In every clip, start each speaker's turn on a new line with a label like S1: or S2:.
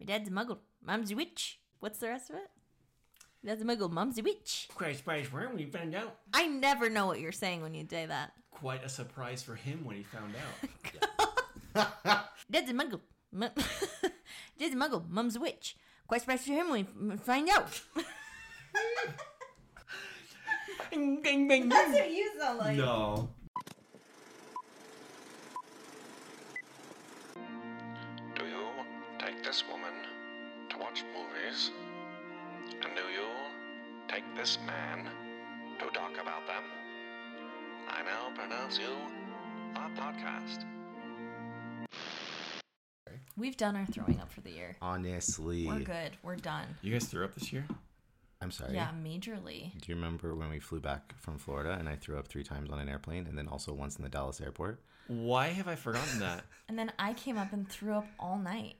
S1: My dad's a muggle. Mom's a witch. What's the rest of it? My dad's a muggle. Mom's a witch.
S2: Quite a surprise for him when he found out.
S1: I never know what you're saying when you say that.
S2: Quite a surprise for him when he found out.
S1: Dad's a muggle. Mu- Dad's a muggle. Mum's a witch. Quite surprised for him when we find out.
S2: Bing, bing, bing, bing.
S1: what you sound like.
S2: No.
S3: Do you take this woman to watch movies? And do you take this man to talk about them? I now pronounce you a podcast.
S1: We've done our throwing up for the year.
S4: Honestly,
S1: We're good. We're done.
S2: You guys threw up this year?
S4: I'm sorry.
S1: Yeah, majorly.
S4: Do you remember when we flew back from Florida and I threw up three times on an airplane and then also once in the Dallas airport?
S2: Why have I forgotten that?
S1: And then I came up and threw up all night.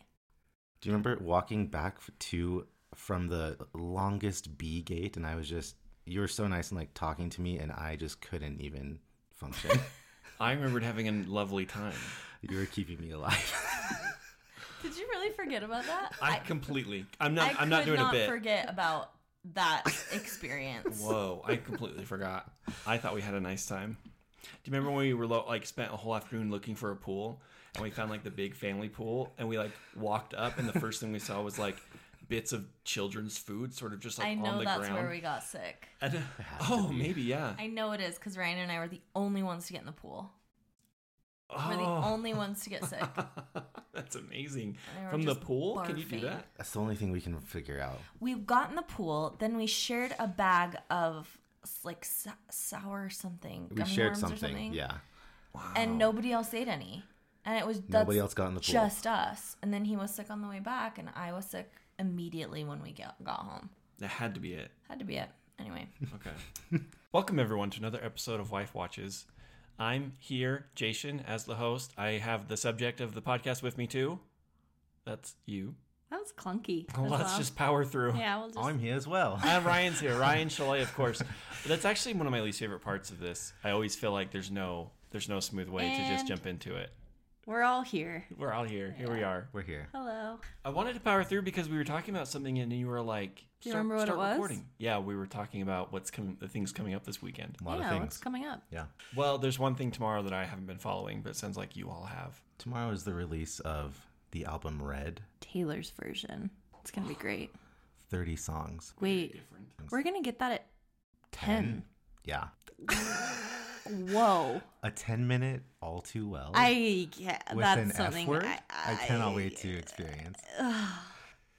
S4: Do you remember walking back f- to from the longest B gate and I was just you were so nice and like talking to me and I just couldn't even function.
S2: I remembered having a lovely time.
S4: you were keeping me alive.
S1: Did you really forget about that?
S2: I completely. I'm not. I am not
S1: could
S2: doing
S1: not
S2: a bit.
S1: forget about that experience.
S2: Whoa! I completely forgot. I thought we had a nice time. Do you remember when we were lo- like spent a whole afternoon looking for a pool and we found like the big family pool and we like walked up and the first thing we saw was like bits of children's food sort of just like
S1: I
S2: on
S1: know
S2: the
S1: that's
S2: ground.
S1: where we got sick.
S2: And- oh, maybe yeah.
S1: I know it is because Ryan and I were the only ones to get in the pool. We're the
S2: oh,
S1: only ones to get sick.
S2: that's amazing.
S1: They were
S2: From the
S1: just
S2: pool, can you do
S1: barfing.
S2: that?
S4: That's the only thing we can figure out.
S1: we got in the pool, then we shared a bag of s- like sou- sour something.
S4: We
S1: gummy
S4: shared
S1: worms or
S4: something. Yeah.
S1: And nobody else ate any. And it was that's
S4: Nobody else got in the pool.
S1: Just us. And then he was sick on the way back, and I was sick immediately when we got, got home.
S2: That had to be it.
S1: Had to be it. Anyway,
S2: Okay. Welcome everyone to another episode of Wife Watches. I'm here, Jason, as the host. I have the subject of the podcast with me too. That's you.
S5: That was clunky. as
S2: Let's
S5: well.
S2: just power through.
S5: yeah, we'll just
S4: Oh, I'm here as well.
S2: And Ryan's here. Ryan Chalet, of course. But that's actually one of my least favorite parts of this. I always feel like there's no there's no smooth way to just
S5: And-
S2: jump into it.
S5: we're all here.
S2: We're all here. Here we are.
S4: We're here.
S5: Hello.
S2: I wanted to power through because we were talking about something and you were like,
S5: Do you remember what it was?"
S2: Yeah, we were talking about what's coming, the things coming up this weekend.
S4: A lot
S5: yeah,
S4: of things.
S5: what's coming up?
S4: yeah.
S2: Well, there's one thing tomorrow that I haven't been following, but it sounds like you all have.
S4: Tomorrow is the release of the album Red,
S5: Taylor's version. It's gonna be great.
S4: 30 songs.
S5: Wait,
S2: Different.
S5: we're gonna get that at ten.
S4: Yeah.
S5: Whoa.
S4: A 10 minute All Too Well
S5: I yeah,
S4: Oh. with
S5: that's
S4: an
S5: something
S4: F word.
S5: I,
S4: cannot wait to experience.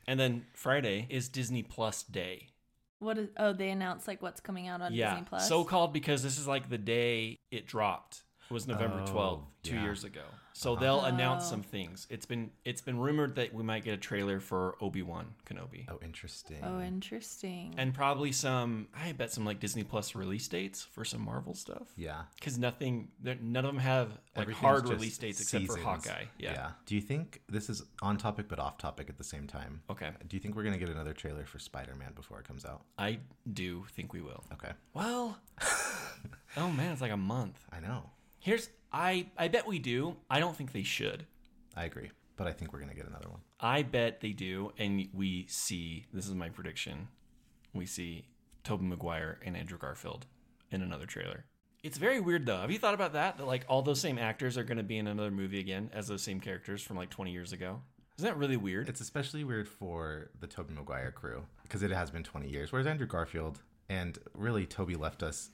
S2: And then Friday is Disney Plus Day.
S5: What is? Oh, they announced like what's coming out on
S2: yeah,
S5: Disney Plus.
S2: so called because this is like the day it dropped. It was November
S4: Oh,
S2: 12th, two
S4: yeah.
S2: years ago. So they'll announce
S5: Oh.
S2: some things. It's been it's been rumored that we might get a trailer for Obi Wan Kenobi,
S4: Oh, interesting.
S5: Oh, interesting.
S2: and probably some. I bet some like Disney Plus release dates for some Marvel stuff.
S4: yeah.
S2: Because nothing, they're- none of them have like
S4: Everything's
S2: hard
S4: just
S2: release dates except for
S4: seasons.
S2: Hawkeye. Yeah.
S4: Do you think this is on topic but off topic at the same time?
S2: Okay.
S4: Do you think we're going to get another trailer for Spider Man before it comes out?
S2: I do think we will.
S4: Okay.
S2: Well, oh man, it's like a month.
S4: I know.
S2: Here's I I bet we do. I don't think they should.
S4: I agree. But I think we're going to get another one.
S2: I bet they do, and we see this is my prediction. We see Tobey Maguire and Andrew Garfield in another trailer. It's very weird though. Have you thought about that? That like all those same actors are going to be in another movie again as those same characters from like 20 years ago. Isn't that really weird?
S4: It's especially weird for the Toby Maguire crew because it has been 20 years. Whereas Andrew Garfield and really Toby left us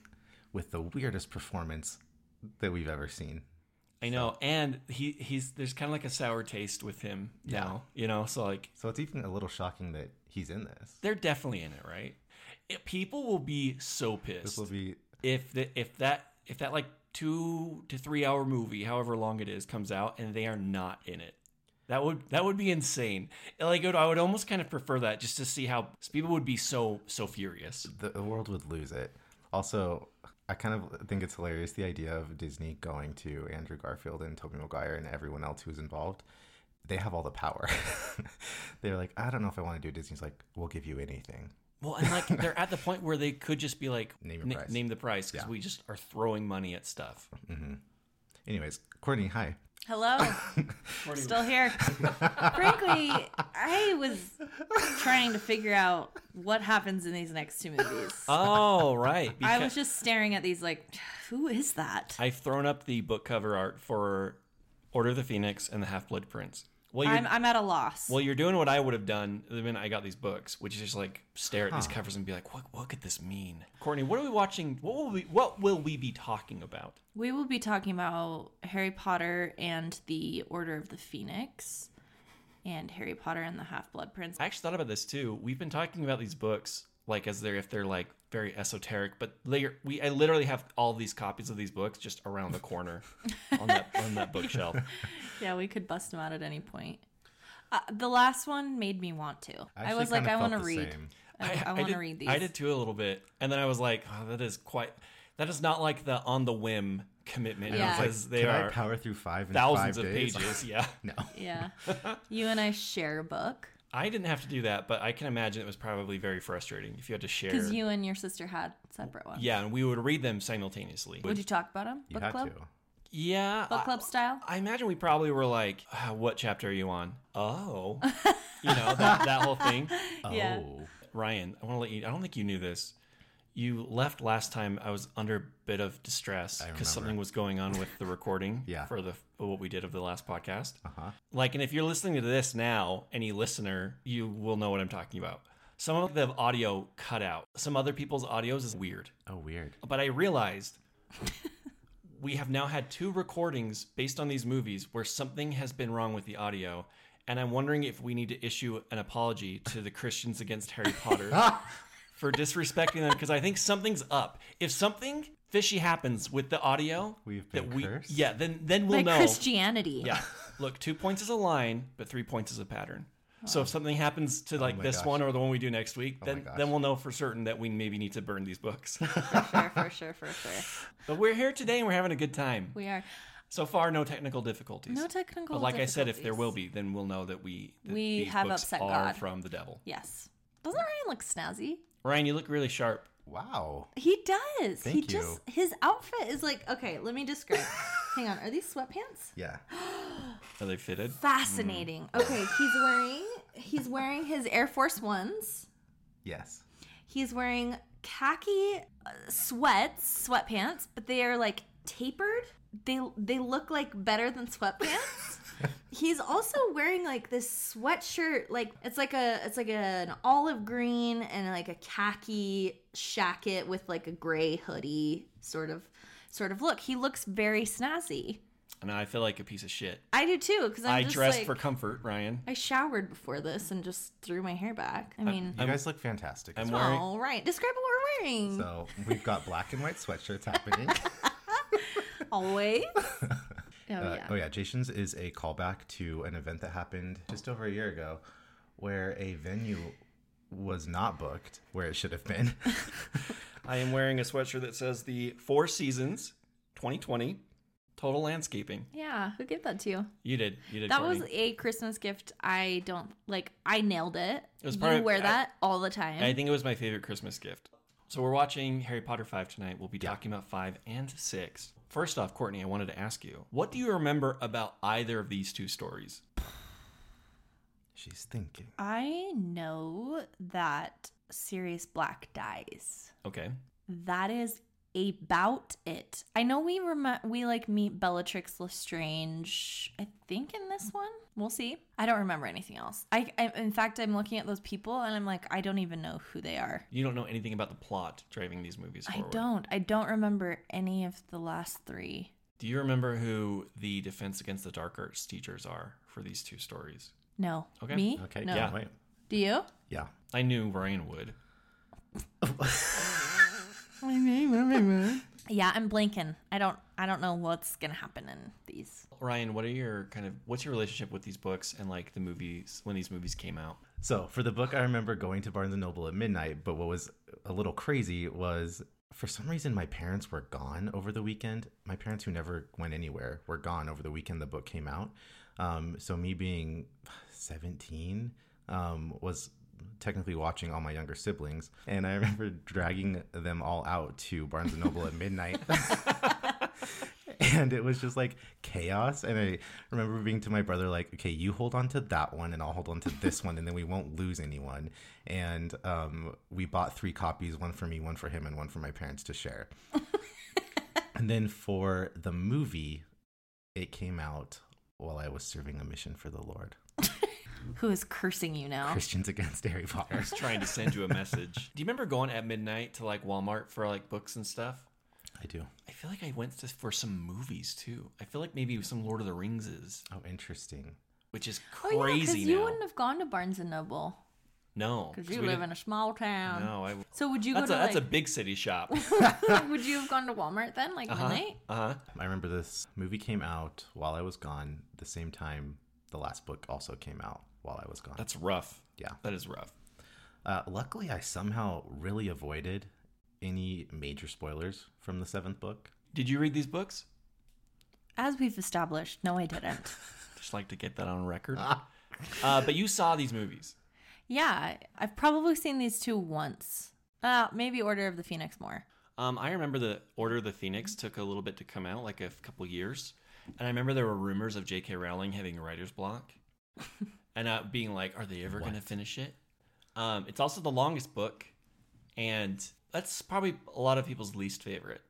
S4: with the weirdest performance that we've ever seen.
S2: I know, and he he's there's kind of like a sour taste with him now, you know. So like
S4: So it's even a little shocking that he's in this.
S2: they're definitely in it, right? It, people will be so pissed.
S4: This will be
S2: if the, if that if that like two to three hour movie, however long it is, comes out and they are not in it, that would that would be insane. Like it would- I would almost kind of prefer that just to see how people would be so so furious.
S4: the, the world would lose it. Also, I kind of think it's hilarious the idea of Disney going to Andrew Garfield and Toby Maguire and everyone else who's involved. They have all the power. They're like, I don't know if I want to do Disney's like, we'll give you anything.
S2: Well, and like they're at the point where they could just be like
S4: Name your
S2: "Na-
S4: price."
S2: name the price because
S4: Yeah.
S2: we just are throwing money at stuff.
S4: Mm-hmm. Anyways, Courtney, hi.
S5: Hello. Still here. Frankly, I
S1: trying to figure out what happens in these next two movies.
S2: Oh, right.
S1: I
S2: Because I
S1: was just staring at these like, who is that?
S2: have thrown up the book cover art for Order of the Phoenix and the Half Blood Prince. Well, you're,
S1: I'm, I'm at a loss.
S2: well, you're doing what I would have done the minute I got these books, which is just like stare at these covers and be like, "What? What could this mean?" Courtney, what are we watching? What will we? What will we be talking about?
S1: We will be talking about Harry Potter and the Order of the Phoenix and Harry Potter and the Half Blood Prince.
S2: I actually thought about this too. We've been talking about these books like as they're if they're like very esoteric, but they are- we I literally have all these copies of these books just around the corner on that on that bookshelf.
S1: Yeah, we could bust them out at any point. Uh, the last one made me want to. I,
S4: actually
S1: was like,
S4: kinda
S1: I
S4: felt
S1: want to
S4: the
S1: read.
S4: same.
S1: I, I, want
S2: did-
S1: to read these.
S2: I did too a little bit, and then I was like, oh, that is quite that is not like the on the whim commitment
S1: Yeah.
S2: because they
S4: Can I
S2: are
S4: power through five in
S2: thousands
S4: five
S2: of
S4: days?
S2: pages. Yeah,
S4: no.
S1: Yeah. you and I share a book
S2: I didn't have to do that, but I can imagine it was probably very frustrating if you had to share.
S1: because you and your sister had separate ones.
S2: yeah, and we would read them simultaneously.
S1: Would you talk about them?
S4: You
S1: Book
S4: had
S1: club?
S4: to.
S2: yeah,
S1: Book
S2: I-
S1: club style?
S2: I imagine we probably were like, "Ah, what chapter are you on? Oh, you know, that, that whole thing.
S1: Yeah.
S4: Oh.
S2: Ryan, I want to let you, I don't think you knew this. You left last time. I was under a bit of distress
S4: I
S2: because
S4: remember.
S2: something was going on with the recording
S4: Yeah.
S2: for the what we did of the last podcast.
S4: Uh-huh.
S2: Like, and if you're listening to this now, any listener, you will know what I'm talking about. Some of the audio cut out. Some other people's audios is weird
S4: Oh, weird.
S2: but I realized we have now had two recordings based on these movies where something has been wrong with the audio. And I'm wondering if we need to issue an apology to the Christians against Harry Potter for disrespecting them because I think something's up. If something fishy happens with the audio,
S4: We've been
S2: that we
S4: cursed?
S2: yeah, then then we'll
S1: like
S2: know.
S1: Christianity.
S2: Yeah. Look, two points is a line, but three points is a pattern. So if something happens to like
S4: Oh my
S2: this
S4: gosh. Oh
S2: one or the one we do next week,
S4: my
S2: then
S4: gosh.
S2: then we'll know for certain that we maybe need to burn these books.
S1: For sure, for sure, for sure.
S2: But we're here today and we're having a good time.
S1: We are.
S2: So far, no technical difficulties.
S1: No technical
S2: But like I said, if there
S1: difficulties.
S2: will be, then we'll know that we that
S1: We
S2: these
S1: have
S2: books
S1: upset
S2: are
S1: God.
S2: from the devil.
S1: Yes. Doesn't Ryan look snazzy?
S2: Ryan, you look really sharp.
S4: Wow.
S1: He does. he
S4: Thank
S1: just his outfit is like okay. Let me describe. Hang on. Are these sweatpants?
S4: Yeah.
S2: Are they fitted?
S1: Fascinating. Okay, he's wearing he's wearing his Air Force Ones.
S4: Yes.
S1: He's wearing khaki uh, sweats, sweatpants, but they are like tapered. They they look like better than sweatpants. he's also wearing like this sweatshirt, like it's like a it's like a, an olive green and like a khaki jacket with like a gray hoodie sort of sort of look. He looks very snazzy.
S2: And I feel like a piece of shit.
S1: I do too because
S2: i
S1: I'm just
S2: dressed
S1: like,
S2: for comfort, Ryan.
S1: I showered before this and just threw my hair back. I mean,
S4: You guys look fantastic.
S2: I'm
S4: as
S2: Uh, wearing.
S1: all right. Describe what we're wearing.
S4: well. So we've got black and white sweatshirts happening.
S1: Always. oh,
S4: Uh,
S1: yeah.
S4: oh yeah, Jason's is a callback to an event that happened just over a year ago, where a venue was not booked where it should have been.
S2: I am wearing a sweatshirt that says the Four Seasons 2020 Total Landscaping.
S1: Yeah. Who gave that to you?
S2: You did. You did.
S1: That
S2: Courtney.
S1: was a Christmas gift. I don't like. I nailed it.
S2: It was
S1: you
S2: part of-
S1: wear
S2: I-
S1: that all the time.
S2: I think it was my favorite Christmas gift. So we're watching Harry Potter 5 tonight. We'll be talking about 5 and 6. First off, Courtney, I wanted to ask you, what do you remember about either of these two stories?
S4: She's thinking.
S1: I know that Sirius Black dies.
S2: Okay.
S1: That is about it. I know we rem- we like meet Bellatrix Lestrange. I think in this one, we'll see. I don't remember anything else. I, I in fact, I'm looking at those people and I'm like, I don't even know who they are.
S2: You don't know anything about the plot driving these movies
S1: I
S2: forward.
S1: don't. I don't remember any of the last three.
S2: Do you remember who the Defense Against the Dark Arts teachers are for these two stories?
S1: No.
S2: Okay.
S1: Me?
S4: Okay.
S1: No.
S4: Yeah.
S2: Yeah.
S4: Wait.
S1: Do you?
S4: Yeah.
S2: I knew Ryan would.
S1: Yeah, I'm blanking. I don't. I don't know what's gonna happen in these.
S2: Ryan, what are your kind of what's your relationship with these books and like the movies when these movies came out?
S4: So for the book, I remember going to Barnes and Noble at midnight. But what was a little crazy was for some reason my parents were gone over the weekend. My parents, who never went anywhere, were gone over the weekend the book came out. Um, so me being seventeen um, was technically watching all my younger siblings, and I remember dragging them all out to Barnes and Noble at midnight. and it was just like chaos. And I remember being to my brother like, "Okay, you hold on to that one, and I'll hold on to this one, and then we won't lose anyone." And um, we bought three copies: one for me, one for him, and one for my parents to share. and then for the movie, it came out while I was serving a mission for the Lord.
S5: Who is cursing you
S1: Oh.
S5: now?
S4: Christians against Harry
S2: I
S4: Potter.
S2: was trying to send you a message. Do you remember going at midnight to like Walmart for like books and stuff?
S4: I do.
S2: I feel like I went to, for some movies too. I feel like maybe some Lord of the Rings is,
S4: Oh, interesting.
S2: which is
S5: oh yeah,
S2: crazy
S5: you
S2: now.
S5: wouldn't have gone to Barnes and Noble
S2: no,
S5: because
S2: 'cause
S5: you
S2: we
S5: live in
S2: didn't-
S5: a small town.
S2: No, I.
S5: So would you
S2: that's
S5: go
S2: a
S5: to
S2: that's a
S5: like?
S2: big city shop.
S5: would you have gone to Walmart then, like
S2: Uh
S5: midnight?
S2: huh.
S4: I remember this movie came out while I was gone, the same time the last book also came out while I was gone.
S2: That's rough.
S4: Yeah.
S2: that is rough.
S4: Uh, luckily, I somehow really avoided any major spoilers from the seventh book.
S2: Did you read these books?
S5: As we've established, no, I didn't.
S2: Just like to get that on record.
S5: Ah.
S2: uh, but you saw these movies.
S5: yeah, I've probably seen these two once. Uh, maybe Order of the Phoenix more.
S2: Um, I remember the Order of the Phoenix took a little bit to come out, like a f- couple years, and I remember there were rumors of J.K. Rowling having writer's block, and uh, being like, "Are they ever going to finish it?" Um, it's also the longest book, and that's probably a lot of people's least favorite.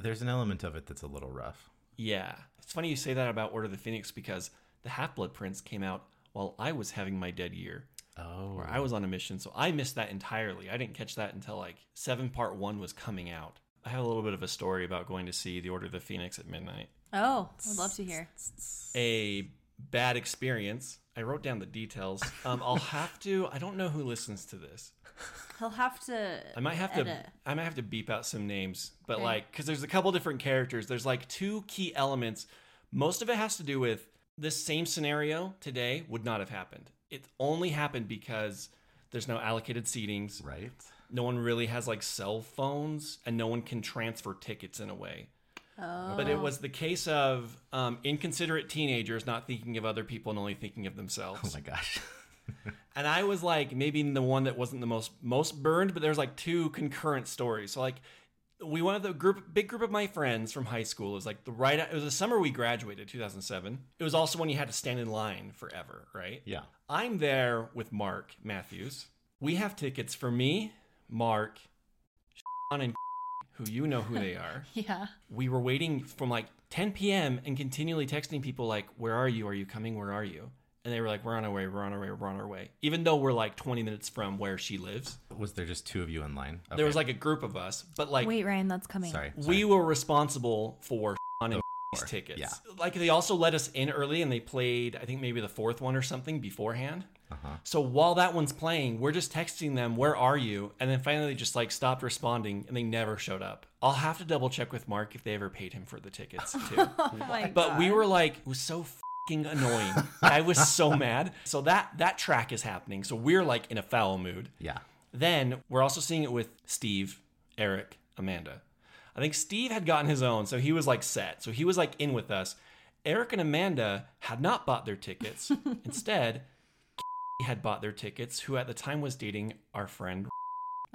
S4: There's an element of it that's a little rough.
S2: Yeah, it's funny you say that about Order of the Phoenix because the Half Blood Prince came out while I was having my dead year.
S4: Oh,
S2: where I was on a mission, so I missed that entirely. I didn't catch that until like seven part one was coming out. I have a little bit of a story about going to see the Order of the Phoenix at midnight.
S5: Oh, I'd love to hear.
S2: A bad experience. I wrote down the details. Um, I'll have to. I don't know who listens to this.
S5: He'll have to.
S2: I might have
S5: edit.
S2: to. I might have to beep out some names, but
S5: Okay.
S2: like, because there's a couple different characters. There's like two key elements. Most of it has to do with this same scenario today would not have happened. It only happened because there's no allocated seatings.
S4: right. Oh
S2: no one really has like cell phones and no one can transfer tickets in a way. But it was the case of um, inconsiderate teenagers not thinking of other people and only thinking of
S4: Oh
S2: themselves.
S4: my gosh.
S2: and I was like maybe the one that wasn't the most most burned, but there's like two concurrent stories. So like we one of the group big group of my friends from high school it was like the right it was the summer we graduated 2007. It was also when you had to stand in line forever, right?
S4: yeah.
S2: I'm there with Mark Matthews. We have tickets for me, Mark, Sean, and who you know who they are.
S5: Yeah.
S2: We were waiting from like 10 p.m. and continually texting people like, "Where are you? Are you coming? Where are you?" And they were like, "We're on our way. We're on our way. We're on our way." Even though we're like 20 minutes from where she lives,
S4: Was there just two of you in line?
S2: there
S4: Okay.
S2: was like a group of us, but like
S5: Wait, Ryan, that's coming.
S4: Sorry.
S2: we
S4: sorry.
S2: were responsible for Sean and
S4: course.
S2: tickets.
S4: Yeah.
S2: Like they also let us in early and they played, I think maybe the fourth one or something beforehand.
S4: Uh-huh.
S2: So while that one's playing, we're just texting them, where are you? And then finally they just like stopped responding and they never showed up. I'll have to double check with Mark if they ever paid him for the tickets too.
S5: Oh my
S2: but we
S5: God.
S2: were like, it was so fing annoying. I was so mad. So that that track is happening. So we're like in a foul mood.
S4: Yeah.
S2: Then we're also seeing it with Steve, Eric, Amanda. I think Steve had gotten his own, so he was like set. So he was like in with us. Eric and Amanda had not bought their tickets. Instead, had bought their tickets, who at the time was dating our friend,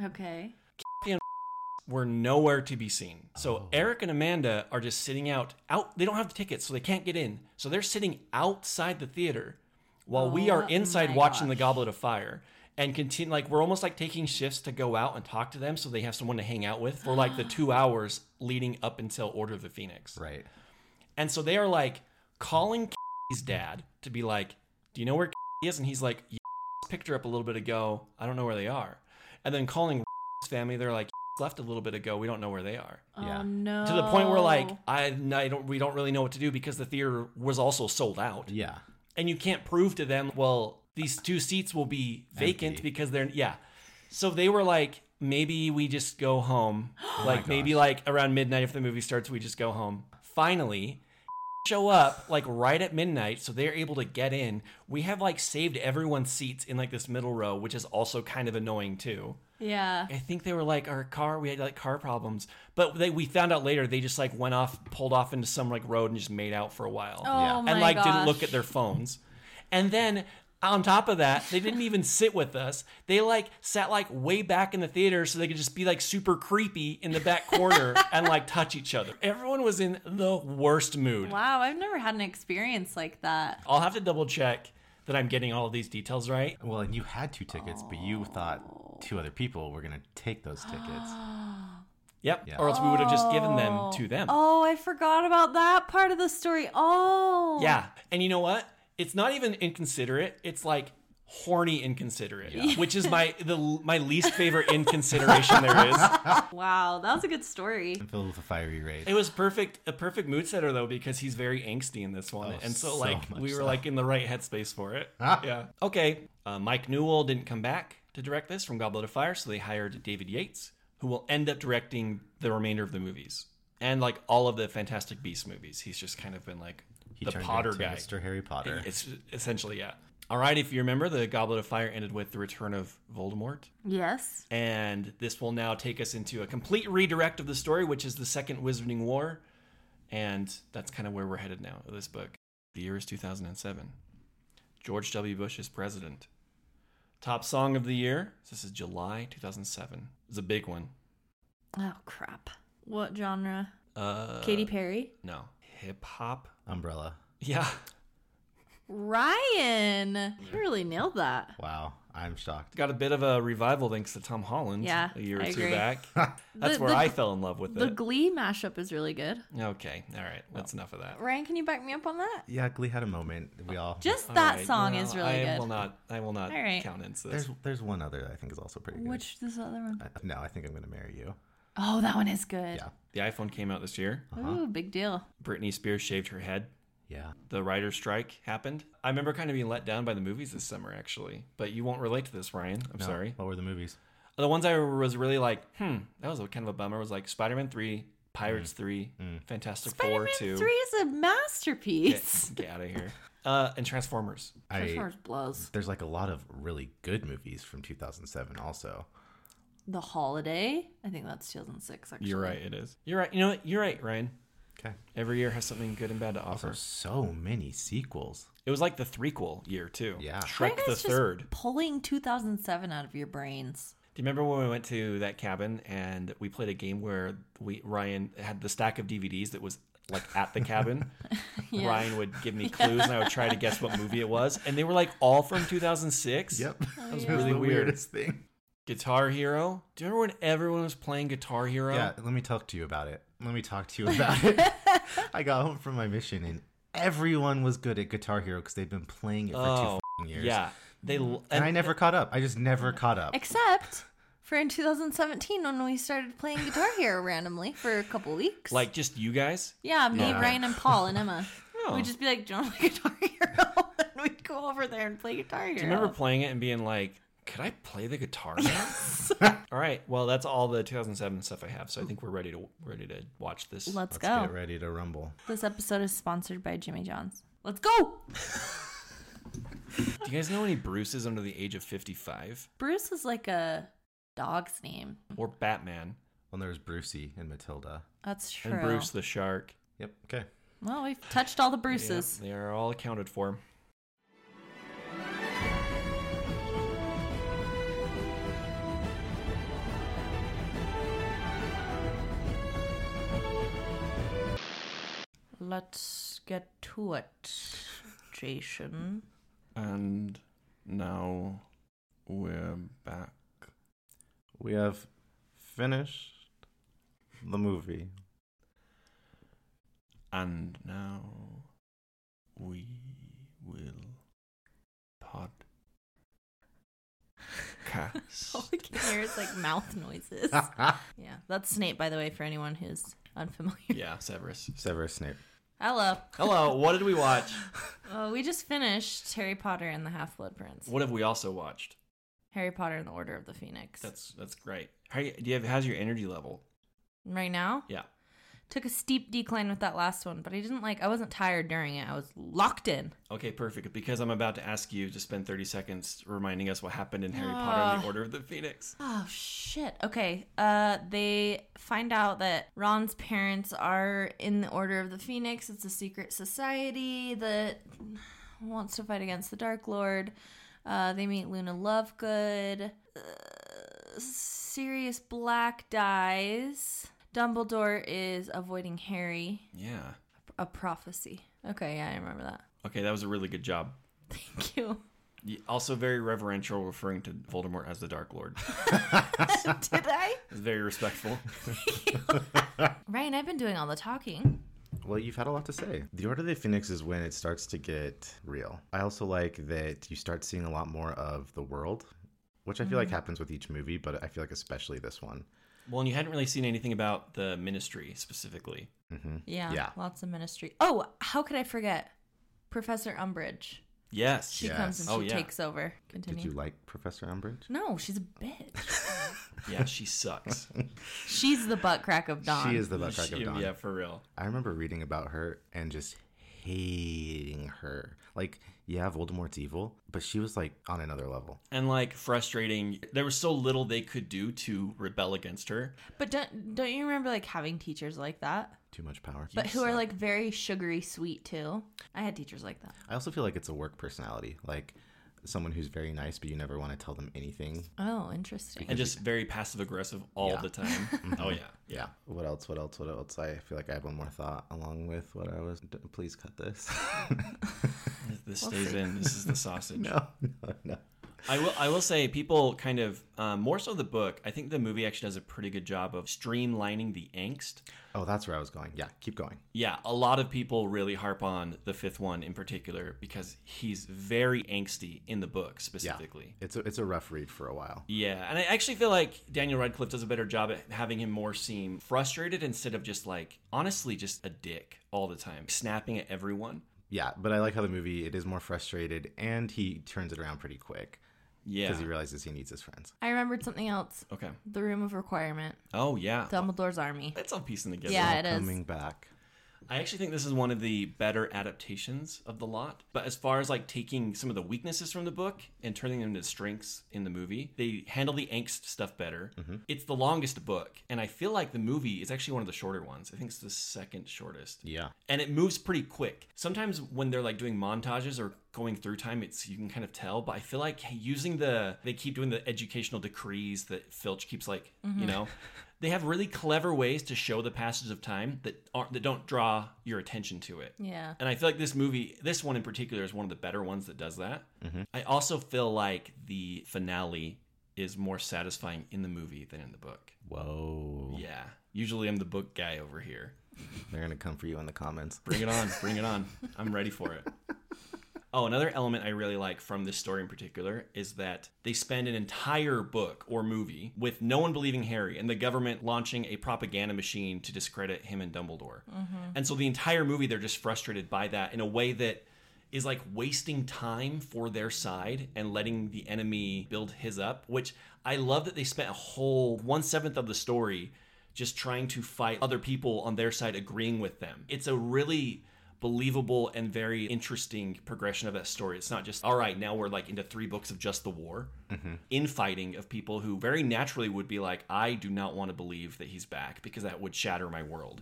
S5: Okay.
S2: were nowhere to be seen. So
S4: Oh.
S2: Eric and Amanda are just sitting out out they don't have the tickets, so they can't get in. So they're sitting outside the theater while we
S5: Oh
S2: are inside
S5: my
S2: watching the
S5: gosh.
S2: Goblet of Fire and continue like we're almost like taking shifts to go out and talk to them so they have someone to hang out with for like the 2 hours leading up until Order of the Phoenix.
S4: Right.
S2: And so they are like calling his dad to be like, "Do you know where is?" And he's like, "Yeah, "Picked her up a little bit ago. I don't know where they are." And then calling family, they're like, "Left a little bit ago. We don't know where they are."
S4: Yeah.
S5: Oh no.
S2: To the point where like
S1: Oh.
S2: I, I don't we don't really know what to do because the theater was also sold out,
S4: Yeah.
S2: and you can't prove to them well these two seats will be vacant
S4: Empty.
S2: because they're yeah. So they were like, maybe we just go home. like
S4: Oh gosh.
S2: maybe like around midnight if the movie starts, we just go home. Finally, show up like right at midnight, so they're able to get in. We have like saved everyone's seats in like this middle row, which is also kind of annoying too.
S5: Yeah.
S2: I think they were like our car. We had like car problems, but they, we found out later they just like went off, pulled off into some like road and just made out for a while,
S5: Oh
S4: Yeah.
S5: my
S2: and like didn't
S5: gosh.
S2: look at their phones. And then On top of that, they didn't even sit with us. They like sat like way back in the theater so they could just be like super creepy in the back corner and like touch each other. Everyone was in the worst mood.
S1: Wow, I've never had an experience like that.
S2: I'll have to double check that I'm getting all of these details right.
S4: Well, and you had two tickets, but you thought two other people were gonna take those tickets.
S2: Yep.
S4: Yeah.
S2: Or else we would have just given them to them.
S1: Oh, I forgot about that part of the story. Oh.
S2: Yeah. And you know what? It's not even inconsiderate. It's like horny inconsiderate, which is my the my least favorite inconsideration there is.
S1: Wow, that was a good story.
S4: Filled with a fiery rage.
S2: It was perfect a perfect mood setter though because he's very angsty in this one,
S4: Oh,
S2: and so
S4: so
S2: like
S4: much
S2: we were
S4: so.
S2: like in the right headspace for it.
S4: Ah.
S2: Yeah. Okay. Uh, Mike Newell didn't come back to direct this from Goblet of Fire, so they hired David Yates, who will end up directing the remainder of the movies and like all of the Fantastic Beast movies. He's just kind of been like
S4: He
S2: the
S4: turned
S2: Potter
S4: into
S2: guy.
S4: Mr. Harry Potter.
S2: It's essentially yeah. All right, if you remember, the Goblet of Fire ended with the return of Voldemort,
S1: Yes.
S2: and this will now take us into a complete redirect of the story, which is the Second Wizarding War, and that's kind of where we're headed now. Of this book, the year is 2007. George W. Bush is president. Top song of the year. so This is July 2007. It's a big one.
S1: Oh crap. What genre?
S2: Uh,
S1: Katy Perry.
S2: No, hip hop.
S4: Umbrella.
S2: Yeah.
S1: Ryan. You really nailed that.
S4: Wow, I'm shocked.
S2: Got a bit of a revival thanks to Tom Holland
S1: Yeah,
S2: a year or
S1: I
S2: two
S1: agree.
S2: back. That's
S1: The-
S2: where
S1: the-
S2: I fell in love with
S1: The
S2: it.
S1: Glee mashup is really good.
S2: okay, all right. That's enough of that.
S1: Ryan, can you back me up on that?
S4: Yeah, Glee had a moment. We all
S1: Just
S2: All
S1: that
S2: right,
S1: song
S2: well,
S1: is really
S2: I
S1: good.
S2: will not. I will not
S1: All right.
S2: countenance this.
S4: there's there's one other that I think is also pretty good.
S1: Which this other one?
S4: I- no, I think I'm gonna marry you.
S1: Oh, that one is good.
S4: Yeah.
S2: The iPhone came out this year.
S1: Ooh, big deal.
S2: Britney Spears shaved her head.
S4: Yeah.
S2: The writer's strike happened. I remember kind of being let down by the movies this summer, actually. But you won't relate to this, Ryan. I'm
S4: No,
S2: sorry.
S4: What were the movies?
S2: The ones I was really like, hmm, that was a, kind of a bummer. Was like Spider Man three, Pirates three, Fantastic
S1: Spider-Man
S2: four two.
S1: Three is a masterpiece.
S2: Get, out of here. Uh, and Transformers.
S4: I
S1: Transformers blows.
S4: there's like a lot of really good movies from 2007 also.
S1: The Holiday. I think that's 2006. Actually,
S2: You're right. It is. You're right. You know what? You're right, Ryan.
S4: Okay.
S2: Every year has something good and bad to offer.
S4: Also so many sequels.
S2: It was like the threequel year too.
S4: Yeah.
S1: How are you
S2: Shrek
S1: guys
S2: the
S1: just
S2: third.
S1: pulling 2007 out of your brains.
S2: Do you remember when we went to that cabin and we played a game where we Ryan had the stack of DVDs that was like at the cabin?
S1: Yeah.
S2: Ryan would give me clues and I would try to guess what movie it was, and they were like all from 2006.
S4: That was
S2: yeah. really
S4: the
S2: weird.
S4: weirdest thing.
S2: Guitar Hero. Do you remember when everyone was playing Guitar Hero?
S4: Yeah, let me talk to you about it. Let me talk to you about it. I got home from my mission and everyone was good at Guitar Hero because they've been playing it for
S2: Oh,
S4: two fing years.
S2: Yeah. They l-
S4: And, I never caught up. I just never caught up.
S1: Except for in 2017 when we started playing Guitar Hero randomly for a couple weeks.
S2: like just you guys.
S1: yeah, me,
S2: Yeah.
S1: Ryan, and Paul and Emma.
S2: Oh.
S1: We'd just be like, "Do you want to play Guitar Hero?" and we'd go over there and play Guitar Hero.
S2: Do you remember playing it and being like, could I play the guitar now? all right. Well, that's all the 2007 stuff I have. So I think we're ready to ready to watch this.
S1: Let's,
S4: Let's
S1: go.
S4: get ready to rumble.
S1: This episode is sponsored by Jimmy John's. Let's go.
S2: Do you guys know any Bruces under the age of 55?
S1: Bruce is like a dog's name.
S2: Or Batman?
S4: Well, there was Brucey and Matilda.
S1: That's true.
S2: And Bruce the Shark.
S4: Yep. Okay.
S1: Well, we've touched all the Bruces.
S2: Yeah, they are all accounted for.
S1: Let's get to it, Jason.
S2: And now we're back.
S4: We have finished the movie.
S2: And now we will pod.
S1: All I can hear is like mouth noises.
S2: Ah.
S1: yeah, that's Snape, by the way, for anyone who's unfamiliar.
S2: yeah, Severus.
S4: Severus Snape.
S1: Hello.
S2: Hello, what did we watch?
S1: Oh, we just finished Harry Potter and the Half Blood Prince.
S2: What have we also watched?
S1: Harry Potter and the Order of the Phoenix.
S2: That's that's great. How you, do you have? How's your energy level?
S1: right now,
S2: Yeah.
S1: took a steep decline with that last one, but I didn't like. I wasn't tired during it. I was locked in.
S2: Okay, perfect. Because I'm about to ask you to spend 30 seconds reminding us what happened in Harry Potter and the Order of the Phoenix.
S1: Oh shit. Okay. Uh they find out that Ron's parents are in the Order of the Phoenix. It's a secret society that
S5: wants to fight against the Dark Lord. Uh, they meet Luna Lovegood. Uh, Sirius Black dies. Dumbledore is avoiding Harry.
S2: Yeah.
S5: A prophecy. Okay, yeah, I remember that.
S2: Okay, that was a really good job.
S5: Thank you.
S2: Y- Also very reverential, referring to Voldemort as the Dark Lord.
S5: Did I?
S2: It's very respectful.
S5: Ryan, I've been doing all the talking.
S4: Well, you've had a lot to say. The Order of the Phoenix is when it starts to get real. I also like that you start seeing a lot more of the world, which I feel like happens with each movie, but I feel like especially this one.
S2: well, and you hadn't really seen anything about the Ministry specifically.
S5: Yeah,
S4: Yeah.
S5: Lots of ministry. Oh, how could I forget? Professor Umbridge.
S2: Yes.
S5: She
S2: yeah.
S5: comes and she
S2: Oh, yeah.
S5: takes over. Continue.
S4: Did you like Professor Umbridge?
S5: No, she's a bitch.
S2: Yeah, she sucks.
S5: she's the butt crack of Dawn.
S4: She is the butt of
S2: She-
S4: Dawn.
S2: Yeah, for real.
S4: I remember reading about her and just hating her. Like, yeah, Voldemort's evil, but she was like on another level.
S2: And like frustrating. There was so little they could do to rebel against her.
S5: But don't don't you remember like having teachers like that?
S4: Too much power.
S5: But who are like very sugary sweet too? I had teachers like that.
S4: I also feel like it's a work personality. Like, someone who's very nice, but you never want to tell them anything.
S5: Oh, interesting.
S2: And just very passive aggressive all the time.
S4: Mm-hmm.
S2: oh yeah.
S4: Yeah. What else? What else? What else? I feel like I had one more thought along with what I was. d- Please cut this.
S2: This stays in. This is the sausage.
S4: no, no, no.
S2: I will. I will say, people kind of um, more so the book. I think the movie actually does a pretty good job of streamlining the angst.
S4: Oh, that's where I was going. Yeah, keep going.
S2: Yeah, a lot of people really harp on the fifth one in particular because he's very angsty in the book
S4: Yeah,
S2: specifically.
S4: it's a it's a rough read for a while.
S2: Yeah, and I actually feel like Daniel Radcliffe does a better job at having him more seem frustrated instead of just like honestly just a dick all the time, snapping at everyone.
S4: Yeah, but I like how the movie it is more frustrated, and he turns it around pretty quick
S2: Yeah.
S4: because he realizes he needs his friends.
S5: I remembered something else.
S2: Okay.
S5: The Room of Requirement.
S2: Oh yeah.
S5: Dumbledore's Army.
S2: It's all piecing together.
S5: Yeah, it is.
S4: Coming back.
S2: I actually think this is one of the better adaptations of the lot. But as far as like taking some of the weaknesses from the book and turning them into strengths in the movie, they handle the angst stuff better. It's the longest book, and I feel like the movie is actually one of the shorter ones. I think it's the second shortest.
S4: Yeah.
S2: And it moves pretty quick. Sometimes when they're like doing montages or going through time, it's you can kind of tell. But I feel like using the they keep doing the educational decrees that Filch keeps like you know, they have really clever ways to show the passage of time that aren't that don't draw your attention to it.
S5: Yeah.
S2: And I feel like this movie, this one in particular, is one of the better ones that does that. I also feel like the finale is more satisfying in the movie than in the book.
S4: Whoa.
S2: Yeah. Usually I'm the book guy over here.
S4: They're gonna come for you in the comments.
S2: Bring it on. Bring it on. I'm ready for it. Oh, another element I really like from this story in particular is that they spend an entire book or movie with no one believing Harry and the government launching a propaganda machine to discredit him and Dumbledore. And so the entire movie, they're just frustrated by that in a way that is like wasting time for their side and letting the enemy build his up, which I love that they spent a whole one seventh of the story just trying to fight other people on their side agreeing with them. It's a really believable and very interesting progression of that story. It's not just, all right, now we're like into three books of just the war, infighting of people who very naturally would be like, I do not want to believe that he's back because that would shatter my world.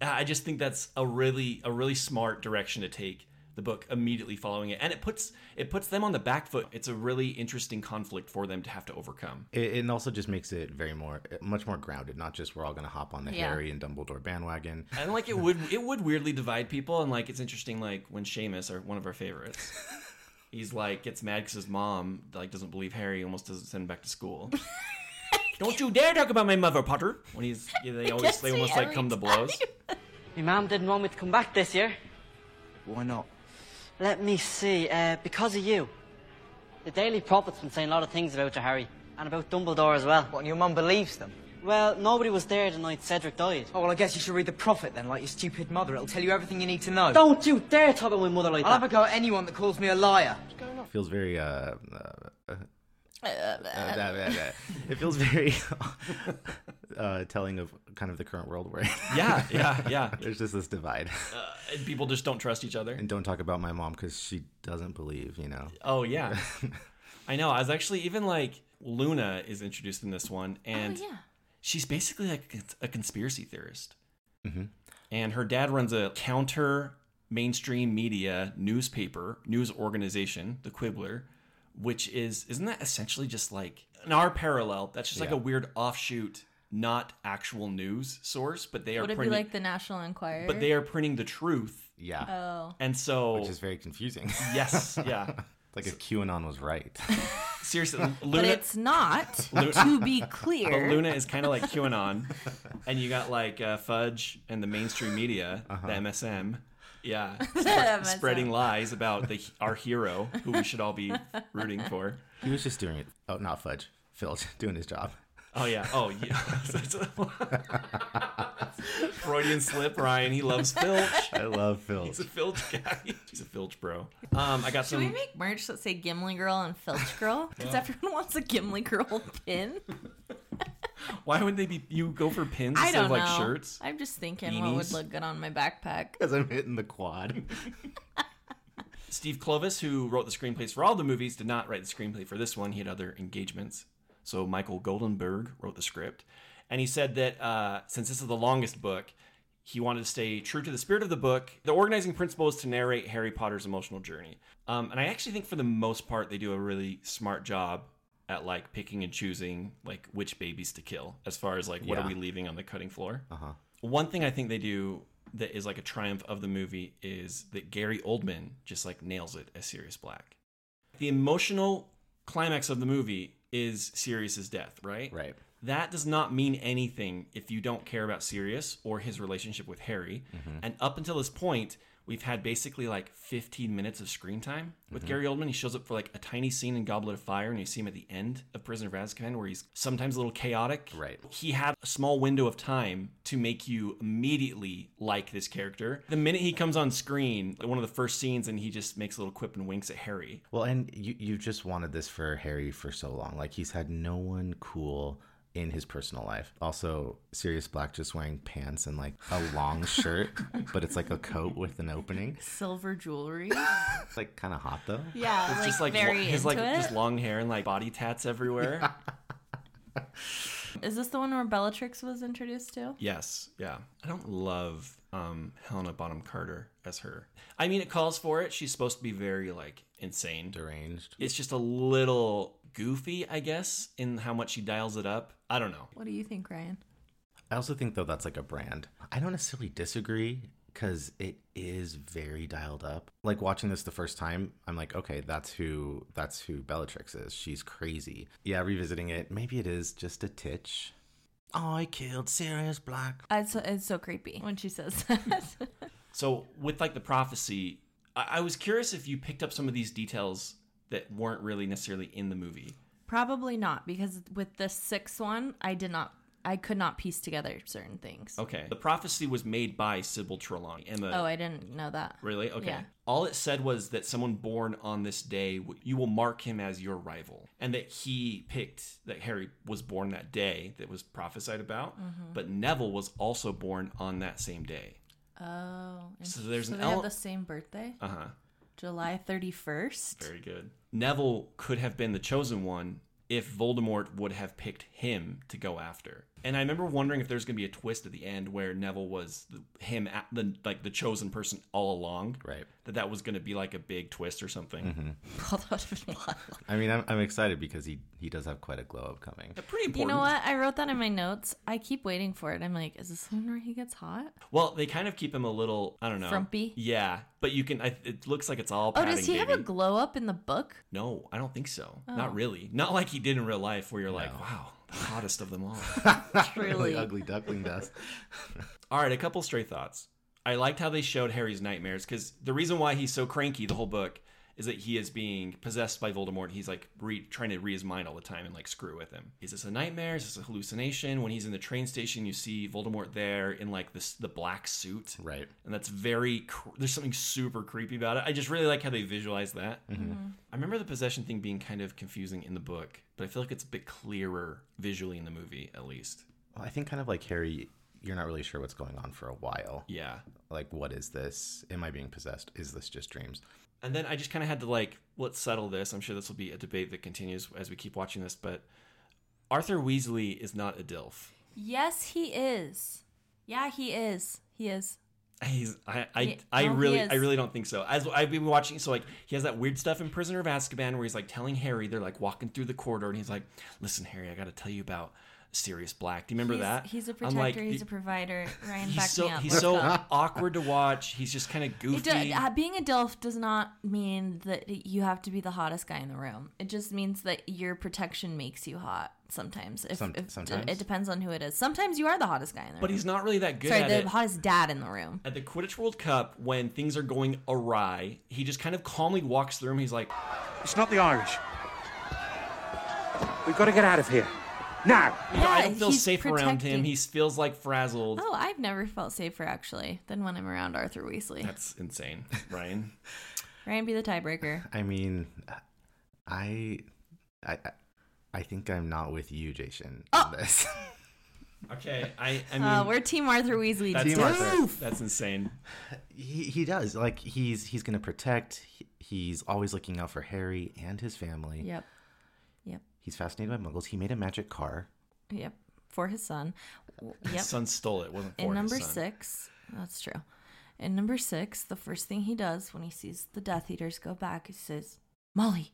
S2: I just think that's a really a really smart direction to take the book immediately following it and it puts it puts them on the back foot. It's a really interesting conflict for them to have to overcome.
S4: It, it also just makes it very more, much more grounded. Not just we're all gonna hop on the
S5: Yeah.
S4: Harry and Dumbledore bandwagon.
S2: And like it would it would weirdly divide people and like it's interesting like when Seamus, our one of our favorites, he's like gets mad because his mom like doesn't believe Harry, almost doesn't send him back to school. Don't you dare talk about my mother, Potter. When he's yeah, they always
S5: gets
S2: they
S5: me
S2: almost like
S5: every
S2: come to blows.
S6: My mum didn't want me to come back this year.
S7: Why not?
S6: Let me see, uh, because of you. The Daily Prophet's been saying a lot of things about you, Harry, and about Dumbledore as well.
S7: What, and your mum believes them?
S6: Well, nobody was there the night Cedric died.
S7: Oh, well, I guess you should read The Prophet then, like your stupid mother. It'll tell you everything you need to know.
S6: Don't you dare talk about my mother like
S7: I'll have a
S6: that.
S7: go at anyone that calls me a liar.
S4: feels very uh, uh, uh, uh, blah, blah, blah. it feels very uh, telling of kind of the current world where
S2: Yeah, yeah, yeah.
S4: there's just this divide
S2: And people just don't trust each other.
S4: and don't talk about my mom because she doesn't believe you know
S2: Oh yeah, I know. I was actually even like Luna is introduced in this one, and
S5: yeah.
S2: she's
S4: Mm-hmm.
S2: basically like a cons- a conspiracy theorist. And her dad runs a counter mainstream media newspaper news organization, the Quibbler, which is isn't that essentially just like in our parallel? That's just like
S4: Yeah.
S2: a weird offshoot, not actual news source, but they are
S1: Would it be
S2: printing,
S1: like the National Enquirer?
S2: but they are printing the truth,
S4: Yeah.
S1: Oh,
S2: and so
S4: Which is very confusing.
S2: yes, yeah,
S4: It's like if QAnon was right.
S2: seriously,
S1: but
S2: Luna,
S1: it's not.
S2: Lu-
S1: to be clear,
S2: But Luna is kind of like QAnon, and you got like uh, Fudge and the mainstream media,
S1: Uh-huh.
S2: the MSM, yeah, sp- spreading lies about the our hero who we should all be rooting for.
S4: he was just doing it. Oh, not Fudge. Phil doing his job.
S2: Oh yeah, oh yeah. Freudian slip, Ryan. He loves Filch.
S4: I love Phil.
S2: He's a Filch guy. He's a Filch bro. Um, I got
S1: Should we
S2: some.
S1: make merch that say Gimli Girl and Filch Girl? Because everyone wants a Gimli Girl pin.
S2: Why would they be? You go for pins
S1: I
S2: instead
S1: don't
S2: of like
S1: know.
S2: shirts.
S1: I'm just thinking what would
S2: Beanies?
S1: look good on my backpack.
S4: Because I'm hitting the quad.
S2: Steve Clovis, who wrote the screenplays for all the movies, did not write the screenplay for this one. He had other engagements. So Michael Goldenberg wrote the script. And he said that uh, since this is the longest book, he wanted to stay true to the spirit of the book. The organizing principle is to narrate Harry Potter's emotional journey. Um, and I actually think for the most part, they do a really smart job at like picking and choosing like which babies to kill as far as like what are
S4: Yeah.
S2: we leaving on the cutting floor. Uh-huh. One thing I think they do that is like a triumph of the movie is that Gary Oldman just like nails it as Sirius Black. The emotional climax of the movie is Sirius's death, right?
S4: Right.
S2: That does not mean anything if you don't care about Sirius or his relationship with Harry. And up until this point, we've had basically like 15 minutes of screen time with Gary Oldman. He shows up for like a tiny scene in Goblet of Fire, and you see him at the end of Prisoner of Azkaban, where he's sometimes a little chaotic.
S4: Right.
S2: He had a small window of time to make you immediately like this character. The minute he comes on screen, one of the first scenes, and he just makes a little quip and winks at Harry.
S4: Well, and you you just wanted this for Harry for so long. Like he's had no one cool in his personal life. Also, Sirius Black just wearing pants and like a long shirt, but it's like a coat with an opening.
S1: Silver jewelry.
S4: It's like kind of hot though.
S1: Yeah,
S2: It's
S1: like,
S2: just like lo-
S1: very
S2: his
S1: into
S2: like
S1: it.
S2: just long hair and like body tats everywhere.
S1: Is this the one where Bellatrix was introduced to?
S2: Yes, yeah. I don't love um, Helena Bonham Carter as her. I mean, it calls for it. She's supposed to be very like insane.
S4: Deranged.
S2: It's just a little goofy, I guess, in how much she dials it up. I don't know.
S1: What do you think, Ryan?
S4: I also think though that's like a brand. I don't necessarily disagree because it is very dialed up. Like watching this the first time, I'm like, okay, that's who that's who Bellatrix is. She's crazy. Yeah, revisiting it, maybe it is just a titch. I killed Sirius Black.
S1: Uh, It's so, it's so creepy when she says that.
S2: So with like the prophecy, I-, I was curious if you picked up some of these details that weren't really necessarily in the movie.
S1: Probably not, because with the sixth one, I did not, I could not piece together certain things.
S2: Okay, the prophecy was made by Sybil Trelawney, Emma
S1: Oh, I didn't know that.
S2: Really? Okay.
S1: Yeah.
S2: All it said was that someone born on this day, w- you will mark him as your rival, and that he picked that Harry was born that day that was prophesied about,
S1: Mm-hmm.
S2: but Neville was also born on that same day.
S1: Oh,
S2: So there's
S1: so
S2: an
S1: they have
S2: ele-
S1: the same birthday,
S2: Uh huh.
S1: July thirty first.
S2: Very good. Neville could have been the chosen one if Voldemort would have picked him to go after. And I remember wondering if there's going to be a twist at the end where Neville was the, him at the like the chosen person all along.
S4: Right.
S2: That that was going to be like a big twist or something.
S1: Well, that would've been wild.
S4: I mean, I'm, I'm excited because he he does have quite a glow up coming.
S2: Pretty important.
S1: You know what? I wrote that in my notes. I keep waiting for it. I'm like, is this the one where he gets hot?
S2: Well, they kind of keep him a little. I don't know.
S1: Frumpy?
S2: Yeah, but you can. I, it looks like it's all.
S1: Oh,
S2: Padding,
S1: does he have a Oh.
S2: baby.
S1: glow up in the book?
S2: no, I don't think so. Not really. Not like he did in real life, where you're like, wow, the hottest of them all.
S1: Truly.
S4: Ugly duckling does.
S2: all right, a couple stray thoughts. I liked how they showed Harry's nightmares because the reason why he's so cranky the whole book is that he is being possessed by Voldemort. He's like re- trying to read his mind all the time and like screw with him. Is this a nightmare? Is this a hallucination? When he's in the train station, you see Voldemort there in like this the black suit,
S4: Right.
S2: and that's very cr- there's something super creepy about it i just really like how they visualize that i remember the possession thing being kind of confusing in the book but i feel like it's a bit clearer visually in the movie at least
S4: Well, I think kind of like Harry, you're not really sure what's going on for a while.
S2: yeah
S4: Like, what is this? Am I being possessed? Is this just dreams?
S2: and then i just kind of had to like let's settle this i'm sure this will be a debate that continues as we keep watching this but arthur weasley is not a dilf
S1: Yes, he is. Yeah, he is. He is.
S2: He's I I,
S1: Yeah.
S2: I
S1: Oh, he
S2: really
S1: is.
S2: I really don't think so. As I've been watching, so like he has that weird stuff in Prisoner of Azkaban where he's like telling Harry they're like walking through the corridor and he's like, "Listen, Harry, I got to tell you about Sirius Black. Do you remember
S1: he's,
S2: that?"
S1: He's a
S2: I'm
S1: protector.
S2: like,
S1: he's
S2: "The-
S1: a provider. Ryan, back
S2: He's so
S1: me up.
S2: he's
S1: Let's
S2: so
S1: go.
S2: awkward to watch. He's just kind of
S1: It
S2: goofy.
S1: do- uh, being a DILF does not mean that you have to be the hottest guy in the room. It just means that your protection makes you hot sometimes. If,
S4: Some-
S1: if- d-
S4: sometimes.
S1: It depends on who it is. Sometimes you are the hottest guy in the
S2: but
S1: room.
S2: he's not really that good
S1: Sorry,
S2: at
S1: the
S2: it.
S1: hottest dad in the room.
S2: At the Quidditch World Cup, when things are going awry, he just kind of calmly walks through him. He's like,
S8: It's not the Irish. We've got to get out of here. Now!
S2: "I
S1: Yeah,
S2: don't feel
S1: he's
S2: safe around him.
S1: protecting-
S2: He feels like frazzled."
S1: Oh, I've never felt safer actually than when I'm around Arthur Weasley.
S2: That's insane, Ryan.
S1: Ryan be the tiebreaker.
S4: I mean, I, I, I- I think I'm not with you, Jason. On
S1: Oh.
S4: this.
S2: okay, I I mean.
S1: Uh, we're Team Arthur Weasley.
S2: that's,
S4: Team Arthur.
S2: that's insane.
S4: he he does like he's he's gonna protect. He, he's always looking out for Harry and his family.
S1: Yep.
S4: He's fascinated by muggles. He made a magic car.
S1: Yep. For his son. W- Yep.
S2: His son stole it. wasn't for
S1: In
S2: his
S1: number
S2: son.
S1: six, that's true. In number six, the first thing he does when he sees the Death Eaters go back, he says, Molly.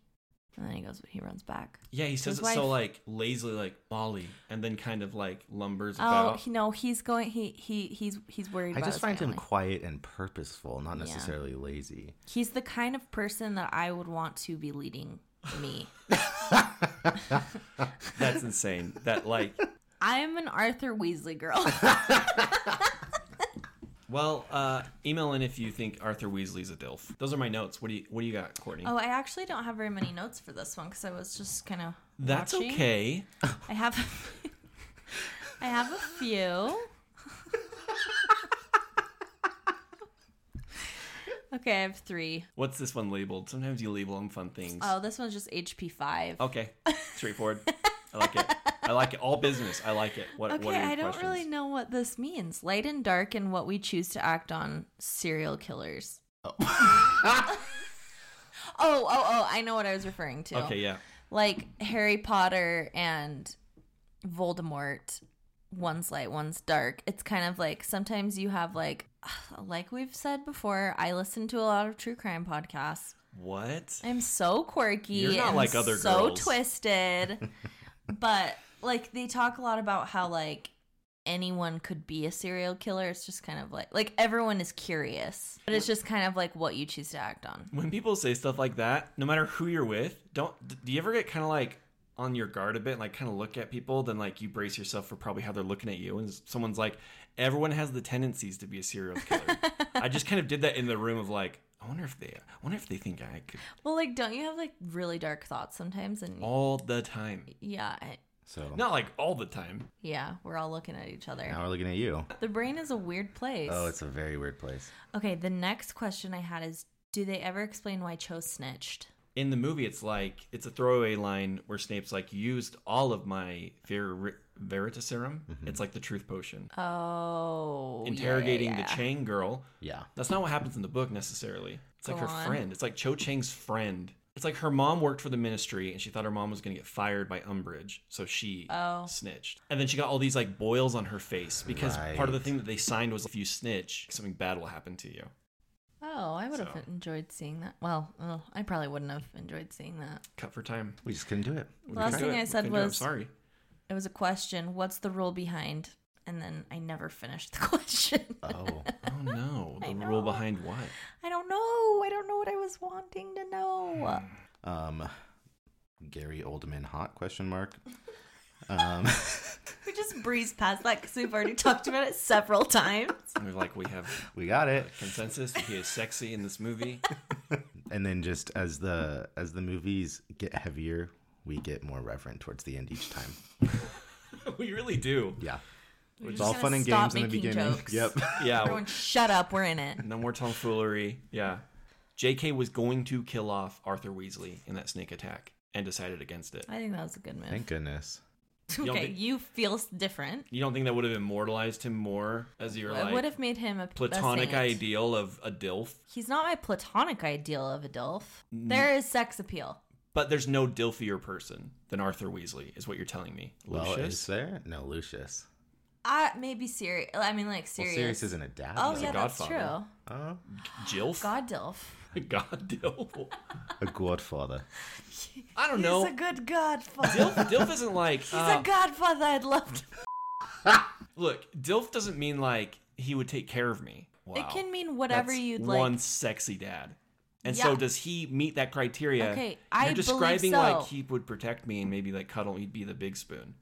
S1: And then he goes, he runs back.
S2: Yeah, he says
S1: His
S2: it so
S1: wife.
S2: like lazily, like Molly, and then kind of like lumbers
S1: Oh,
S2: about.
S1: he, no, he's going, he, he, he's, he's worried
S4: I
S1: about
S4: just
S1: his
S4: find him
S1: family.
S4: quiet and purposeful, not
S1: Yeah.
S4: necessarily lazy.
S1: He's the kind of person that I would want to be leading me.
S2: That's insane. That like,
S1: I'm an Arthur Weasley girl.
S2: well, uh, email in if you think Arthur Weasley's a dilf. Those are my notes. What do you What do you got, Courtney?
S1: oh, I actually don't have very many notes for this one because I was just kind of.
S2: That's
S1: watching.
S2: okay.
S1: I have. a- I have a few. okay, I have three.
S2: What's this one labeled? Sometimes you label them fun things.
S1: Oh, this one's just HP five.
S2: Okay, straightforward. I like it. I like it. All business. I like it. What?
S1: okay,
S2: what are your
S1: I don't
S2: questions?
S1: really know what this means. Light and dark, and what we choose to act on. Serial killers. Oh, oh, oh! I know what I was referring to.
S2: Okay, yeah.
S1: like Harry Potter and Voldemort. One's light, one's dark. It's kind of like sometimes you have like, like we've said before. I listen to a lot of true crime podcasts.
S2: What?
S1: I'm so quirky.
S2: You're not
S1: and
S2: like other
S1: so
S2: girls.
S1: twisted. but like they talk a lot about how like anyone could be a serial killer. It's just kind of like like everyone is curious, but it's just kind of like what you choose to act on.
S2: When people say stuff like that, no matter who you're with, don't d- do you ever get kind of like on your guard a bit and like kind of look at people then like you brace yourself for probably how they're looking at you and s- someone's like everyone has the tendencies to be a serial killer. I just kind of did that in the room of like I wonder if they I wonder if they think I could
S1: Well, like don't you have like really dark thoughts sometimes? And
S2: all the time.
S1: yeah, I-
S4: So
S2: Not like all the time.
S1: Yeah, we're all looking at each other.
S4: now we're looking at you.
S1: The brain is a weird place.
S4: Oh, it's a very weird place.
S1: okay, the next question I had is do they ever explain why Cho snitched?
S2: In the movie it's like it's a throwaway line where Snape's like used all of my ver- veritaserum. It's like the truth potion.
S1: Oh. yeah, yeah,
S2: interrogating
S1: yeah.
S2: the Chang girl.
S4: Yeah.
S2: That's not what happens in the book necessarily. It's like
S1: Go
S2: her
S1: on.
S2: friend. It's like Cho Chang's friend. It's like her mom worked for the ministry and she thought her mom was going to get fired by Umbridge, so she
S1: Oh.
S2: snitched. And then she got all these like boils on her face because part of the
S4: Right.
S2: thing that they signed was if you snitch, something bad will happen to you.
S1: Oh, I would have
S2: So.
S1: enjoyed seeing that. Well, oh, I probably wouldn't have enjoyed seeing that.
S2: Cut for time.
S4: We just couldn't do it.
S2: We
S1: Last
S2: couldn't do
S1: thing
S2: it.
S1: I
S2: We
S1: said
S2: couldn't do it. I'm
S1: was-
S2: sorry.
S1: It was a question what's the rule behind? And then I never finished the question.
S4: Oh.
S2: Oh no,
S1: I
S2: the rule
S1: know.
S2: behind what?
S1: I don't know. I don't know what I was wanting to know.
S4: um, Gary Oldman hot question mark. Um,
S1: We just breezed past that because we've already talked about it several times.
S2: And we're like, we have
S4: we got it.
S2: consensus. He is sexy in this movie.
S4: And then just as the as the movies get heavier, we get more reverent towards the end each time.
S2: we really do.
S4: Yeah.
S1: We're
S4: It's
S1: just
S4: all
S1: gonna
S4: fun and
S1: stop
S4: games in the
S1: making
S4: beginning.
S1: jokes.
S4: Yep.
S2: Yeah.
S1: Everyone, shut up. We're in it.
S2: No more tomfoolery. Yeah. JK was going to kill off Arthur Weasley in that snake attack and decided against it.
S1: I think that was a good move.
S4: Thank goodness.
S2: Y'all
S1: okay,
S2: think-
S1: you feel s- different.
S2: You don't think that would have immortalized him more as your
S1: I would
S2: like
S1: have made him a a
S2: platonic
S1: saint.
S2: ideal of a DILF?
S1: He's not my platonic ideal of a DILF. There is sex appeal.
S2: But there's no DILFier person than Arthur Weasley, is what you're telling me.
S4: Well,
S2: Lucius?
S4: is there? No, Lucius.
S1: I maybe Siri. I mean, like
S4: Well,
S1: serious.
S4: Sirius isn't a dad.
S1: oh
S4: he's
S1: yeah,
S2: a
S1: that's
S2: godfather.
S1: true.
S4: a,
S2: Jilf.
S1: God Dilf.
S2: God Dilf.
S4: a godfather.
S2: I don't know.
S1: He's a good godfather.
S2: Dilf, Dilf isn't like.
S1: He's
S2: uh,
S1: a godfather. I'd love to.
S2: look, Dilf doesn't mean like he would take care of me. Wow.
S1: It can mean whatever
S2: That's
S1: you'd
S2: one
S1: like.
S2: sexy dad. And
S1: Yeah.
S2: so does he meet that criteria?
S1: Okay,
S2: You're
S1: I believe
S2: describing
S1: so.
S2: like he would protect me and maybe like cuddle. He'd be the big spoon.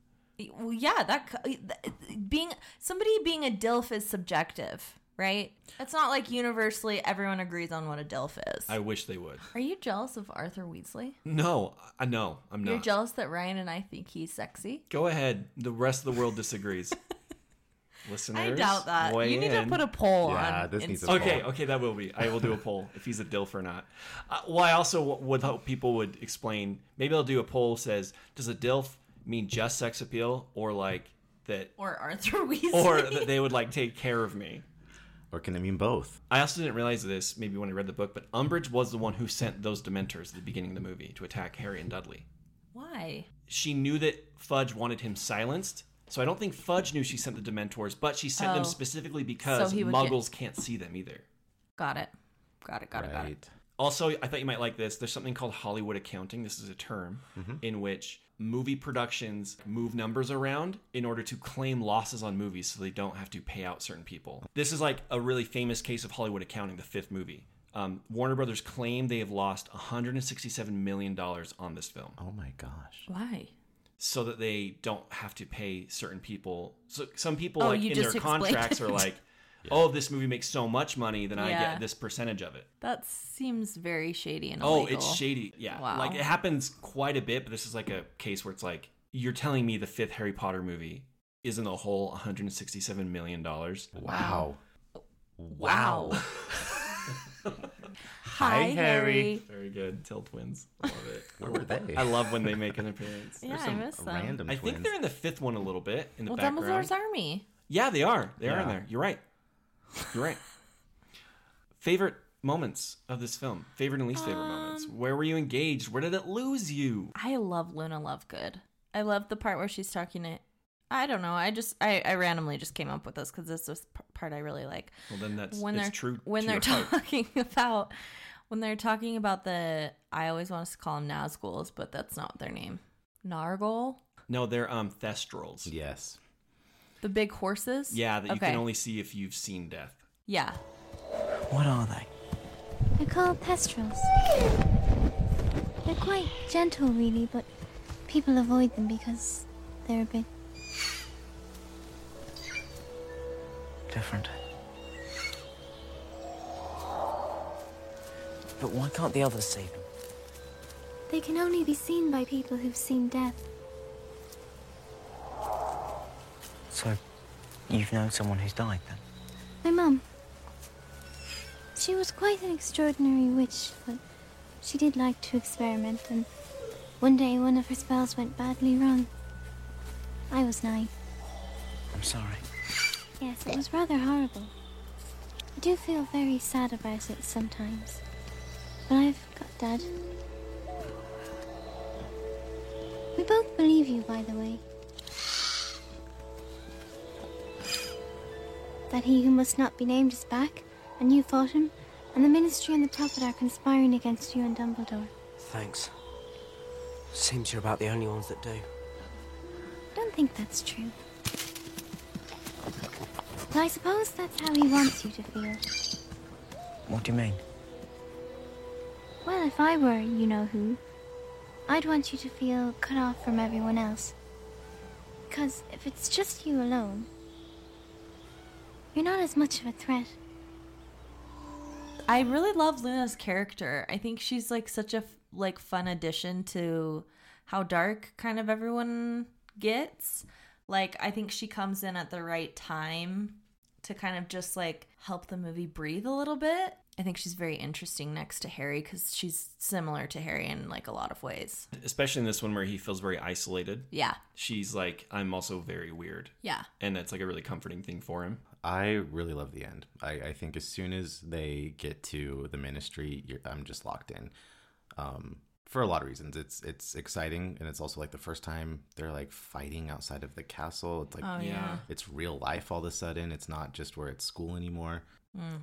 S1: Well, yeah, that c- th- being somebody being a Dilf is subjective, right? It's not like universally everyone agrees on what a Dilf is.
S2: I wish they would.
S1: Are you jealous of Arthur Weasley?
S2: No, I no, I'm
S1: You're
S2: not.
S1: jealous that Ryan and I think he's sexy.
S2: Go ahead. The rest of the world disagrees. Listeners,
S1: I doubt that.
S2: weigh
S1: You need to
S2: in.
S1: put a poll
S4: Yeah,
S1: on.
S4: this needs
S1: Insta-
S4: a poll.
S2: Okay, okay, that will be. I will do a poll if he's a DILF or not. Uh, well, I also w- would hope people would explain. Maybe I'll do a poll. Says, does a DILF mean just sex appeal, or like that,
S1: or Arthur Weasley.
S2: or that they would like take care of me?
S4: Or can it mean both?
S2: I also didn't realize this maybe when I read the book, but Umbridge was the one who sent those Dementors at the beginning of the movie to attack Harry and Dudley.
S1: Why?
S2: She knew that Fudge wanted him silenced, so I don't think Fudge knew she sent the Dementors, but she sent
S1: Oh.
S2: them specifically because
S1: he would get-
S2: Muggles can't see them either.
S1: Got it. Got it. Got it. Got it.
S2: Also, I thought you might like this. There's something called Hollywood accounting. This is a term in which movie productions move numbers around in order to claim losses on movies so they don't have to pay out certain people. This is like a really famous case of Hollywood accounting, the fifth movie. Um, Warner Brothers claim they have lost $167 million on this film
S4: Oh my gosh.
S1: Why?
S2: so that they don't have to pay certain people. So some people
S1: Oh,
S2: like
S1: you
S2: in
S1: just
S2: their
S1: explained
S2: contracts
S1: it.
S2: are like, oh, this movie makes so much money, then I
S1: Yeah.
S2: get this percentage of it.
S1: That seems very shady and
S2: Oh,
S1: illegal.
S2: it's shady. Yeah.
S1: Wow.
S2: Like it happens quite a bit, but this is like a case where it's like you're telling me the fifth Harry Potter movie is in the whole 167 million dollars.
S4: Wow.
S1: Wow.
S4: Hi, Harry.
S2: Very good. Till twins. Love it.
S4: Where were they?
S2: I love when they make an appearance.
S1: Yeah,
S2: There's
S1: I
S2: some-
S1: miss them.
S4: Random
S2: I
S4: twins.
S2: think they're in the fifth one a little bit in the
S1: Well,
S2: background.
S1: Dumbledore's army.
S2: Yeah, they are. They are in
S4: Yeah.
S2: there. You're right. You're right. favorite moments of this film. Favorite and least favorite moments.
S1: Um,
S2: Where were you engaged? Where did it lose you?
S1: I love Luna Lovegood. I love the part where she's talking to. I don't know. I just I, I randomly just came up with this because this was p- part I really like.
S2: Well, then that's
S1: when
S2: it's
S1: they're
S2: true.
S1: when
S2: to
S1: they're
S2: your heart.
S1: talking about when they're talking about the I always want us to call them Nazguls, but that's not their name. Nargol,
S2: No, they're um thestrals. Yeah,
S4: Yes.
S1: the big horses.
S2: that you can only see if you've seen death.
S1: Yeah,
S7: What are they?
S9: They're called pestrels. They're quite gentle, really, but people avoid them because they're a bit
S7: Different. But why can't the others see them?
S9: They can only be seen by people who've seen death.
S7: So, you've known someone who's died then?
S9: My mum. She was quite an extraordinary witch, but she did like to experiment, and one day one of her spells went badly wrong. I was nine.
S7: I'm sorry.
S9: Yes, it was rather horrible. I do feel very sad about it sometimes. But I've got Dad. We both believe you, by the way. That he who must not be named is back, and you fought him, and the Ministry and the Prophet are conspiring against you and Dumbledore.
S7: Thanks. Seems you're about the only ones that do.
S9: Don't think that's true. But I suppose that's how he wants you to feel.
S7: What do you mean?
S9: Well, if I were you know who, I'd want you to feel cut off from everyone else. Because if it's just you alone, you're not as much of a threat.
S1: I really love Luna's character. I think she's like such a f- like fun addition to how dark kind of everyone gets. Like I think she comes in at the right time to kind of just like help the movie breathe a little bit. I think she's very interesting next to Harry cuz she's similar to Harry in like a lot of ways.
S2: Especially in this one where he feels very isolated.
S1: Yeah.
S2: She's like, I'm also very weird.
S1: Yeah.
S2: And that's like a really comforting thing for him.
S4: I really love the end. I, I think as soon as they get to the ministry, you're, I'm just locked in. Um, for a lot of reasons. It's it's exciting and it's also like the first time they're like fighting outside of the castle. It's like
S1: Oh, yeah.
S4: it's real life all of a sudden. It's not just where it's school anymore.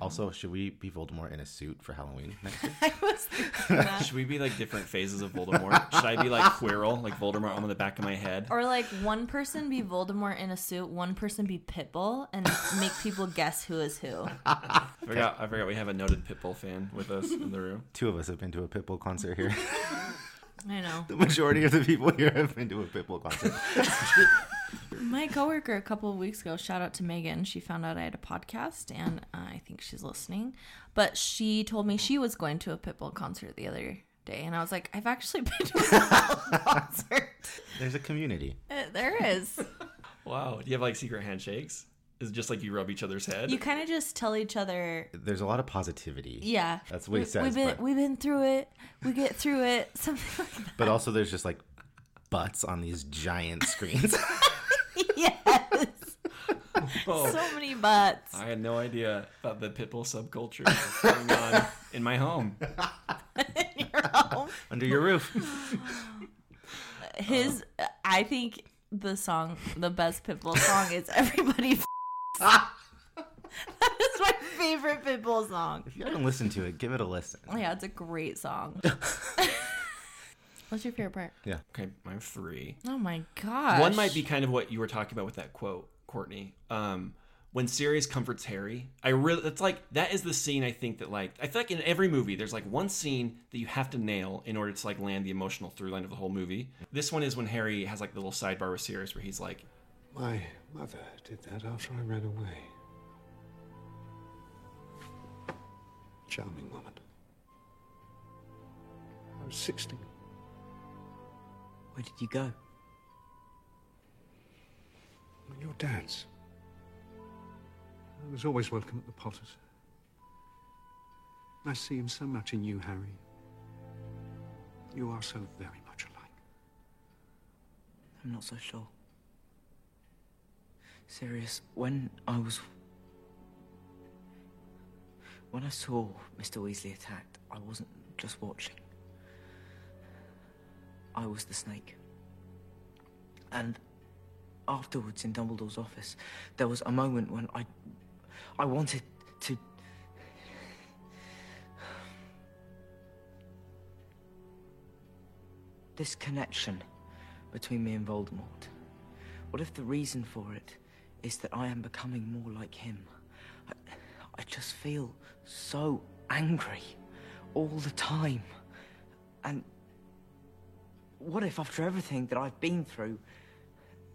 S4: Also, should we be Voldemort in a suit for Halloween next year?
S1: I was thinking that.
S2: Should we be like different phases of Voldemort? Should I be like Quirrell, like Voldemort on the back of my head?
S1: Or like one person be Voldemort in a suit, one person be Pitbull, and make people guess who is who.
S2: I forgot. I forgot we have a noted Pitbull fan with us in the room.
S4: Two of us have been to a Pitbull concert here.
S1: I know.
S4: the majority of the people here have been to a Pitbull concert.
S1: My coworker a couple of weeks ago, shout out to Megan, she found out I had a podcast, and uh, I think she's listening. But she told me she was going to a Pitbull concert the other day, and I was like, I've actually been to a Pitbull concert.
S4: There's a community.
S1: Uh, there is.
S2: Wow. Do you have like secret handshakes? Is it just like you rub each other's head?
S1: You kind of just tell each other
S4: There's a lot of positivity.
S1: Yeah.
S4: That's what he
S1: We-
S4: says,
S1: We've been
S4: but-
S1: we've been through it. We get through it. Something like that.
S4: But also there's just like butts on these giant screens.
S1: Yes.
S2: Oh,
S1: so many butts.
S2: I had no idea about the Pitbull subculture that's going on in my home.
S1: in your home.
S4: under your roof.
S1: His I think the song the best Pitbull song is Everybody F***s. That is my favorite Pitbull song.
S4: If you haven't listened to it, give it a listen.
S1: Yeah, it's a great song. What's your favorite part?
S2: Okay, I have three.
S1: Oh my gosh.
S2: One might be kind of what you were talking about with that quote, Courtney. Um, when Sirius comforts Harry, I really it's like that is the scene I think that like I feel like in every movie there's like one scene that you have to nail in order to like land the emotional through line of the whole movie. This one is when Harry has like the little sidebar with Sirius where he's like,
S8: My mother did that after I ran away. Charming woman. I was 16.
S7: Where did you go?
S8: Your dad's. I was always welcome at the Potters. I see him so much in you, Harry. You are so very much alike.
S7: I'm not so sure. Serious, when I was. When I saw Mr. Weasley attacked, I wasn't just watching. I was the snake. And afterwards in Dumbledore's office, there was a moment when I. I wanted to. This connection between me and Voldemort? What if the reason for it is that I am becoming more like him? I, I just feel so angry all the time. And what if, after everything that I've been through,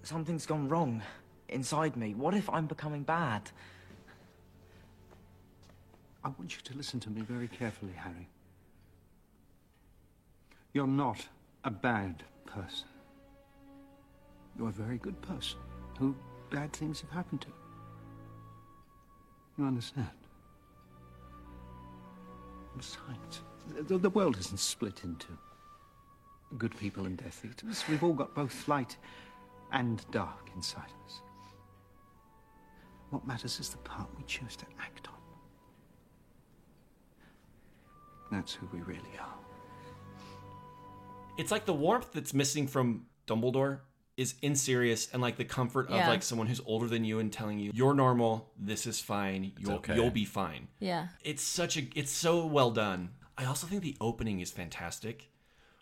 S7: something's gone wrong inside me? What if I'm becoming bad?
S8: I want you to listen to me very carefully, Harry. You're not a bad person. You're a very good person who bad things have happened to. You understand? Besides, the, the world isn't split into good people and Death Eaters. We've all got both light and dark inside us. What matters is the part we choose to act on. That's who we really are.
S2: it's like the warmth that's missing from Dumbledore is in Sirius and like the comfort of
S1: Yeah.
S2: like someone who's older than you and telling you you're normal, this is fine, you'll
S4: okay."
S2: you'll be fine.
S1: Yeah.
S2: It's such a it's so well done. I also think the opening is fantastic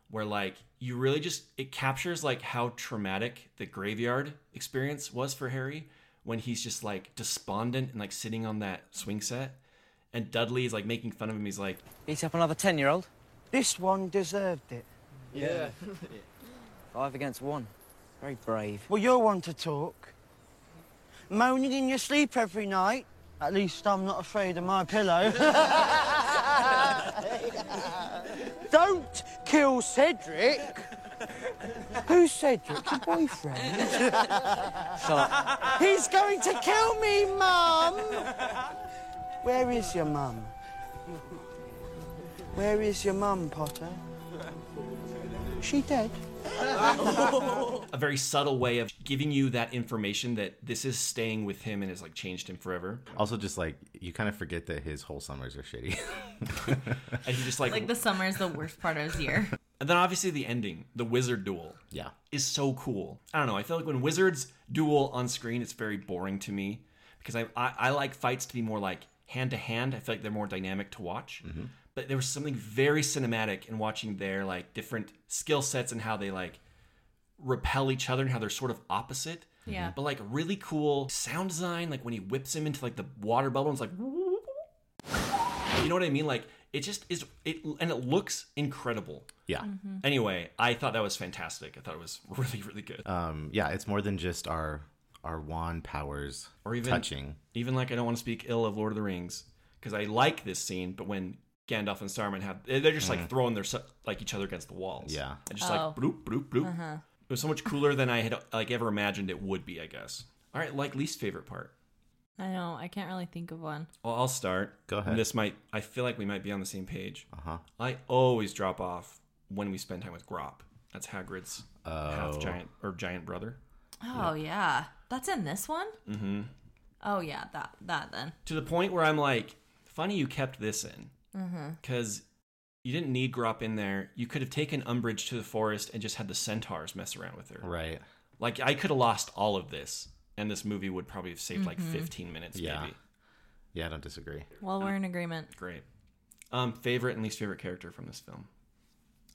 S2: where like you really just it captures like how traumatic the graveyard experience was for Harry when he's just like despondent and like sitting on that swing set and Dudley is like making fun of him. He's like,
S6: Beat up another 10 year old?
S7: This one deserved it.
S6: Five against one. Very brave.
S7: Well, you're one to talk. Moaning in your sleep every night. At least I'm not afraid of my pillow. Don't kill Cedric. Who's Cedric? Your boyfriend.
S6: Shut up.
S7: He's going to kill me, Mum! Where is your mum? Where is your mum, Potter? She dead?
S2: a very subtle way of giving you that information that this is staying with him and has like changed him forever.
S4: Also, just like you kind of forget that his whole summers are shitty.
S2: And he just like,
S1: Like the summer is the worst part of his year.
S2: And then obviously the ending, the wizard duel,
S4: Yeah.
S2: is so cool. I don't know. I feel like when wizards duel on screen, it's very boring to me because I I, I like fights to be more like hand to hand. I feel like they're more dynamic to watch. But there was something very cinematic in watching their like different skill sets and how they like repel each other and how they're sort of opposite.
S1: Yeah.
S2: But like really cool sound design, like when he whips him into like the water bubble and it's like you know what I mean? Like it just is it and it looks incredible.
S4: Yeah.
S2: Mm-hmm. Anyway, I thought that was fantastic. I thought it was really, really good.
S4: Um, yeah, it's more than just our our wand powers
S2: Or even-
S4: touching.
S2: Even like I don't want to speak ill of Lord of the Rings because I like this scene, but when Gandalf and Saruman have they're just like throwing their se- like each other against the walls.
S4: Mm. Yeah.
S2: and just
S1: Oh.
S2: like bloop bloop bloop. It was so much cooler than I had like ever imagined it would be. I guess. All right, like least favorite part.
S1: I know. I can't really think of one.
S2: Well, I'll start.
S4: Go ahead.
S2: This might. I feel like we might be on the same page.
S4: Uh-huh.
S2: I always drop off when we spend time with Grop. That's Hagrid's half
S4: Oh.
S2: giant or giant brother.
S1: Oh yeah, that's in this one. Mm-hmm. Oh yeah, that that then.
S2: to the point where I'm like, funny you kept this in
S1: Mm-hmm.
S2: because you didn't need Grop in there. You could have taken Umbridge to the forest and just had the centaurs mess around with her.
S4: Right.
S2: Like I could have lost all of this, and this movie would probably have saved
S1: Mm-hmm.
S2: like 15 minutes.
S4: Yeah.
S2: maybe.
S4: Yeah, I don't disagree.
S1: Well,
S2: Uh,
S1: we're in agreement.
S2: Great. Um, favorite and least favorite character from this film.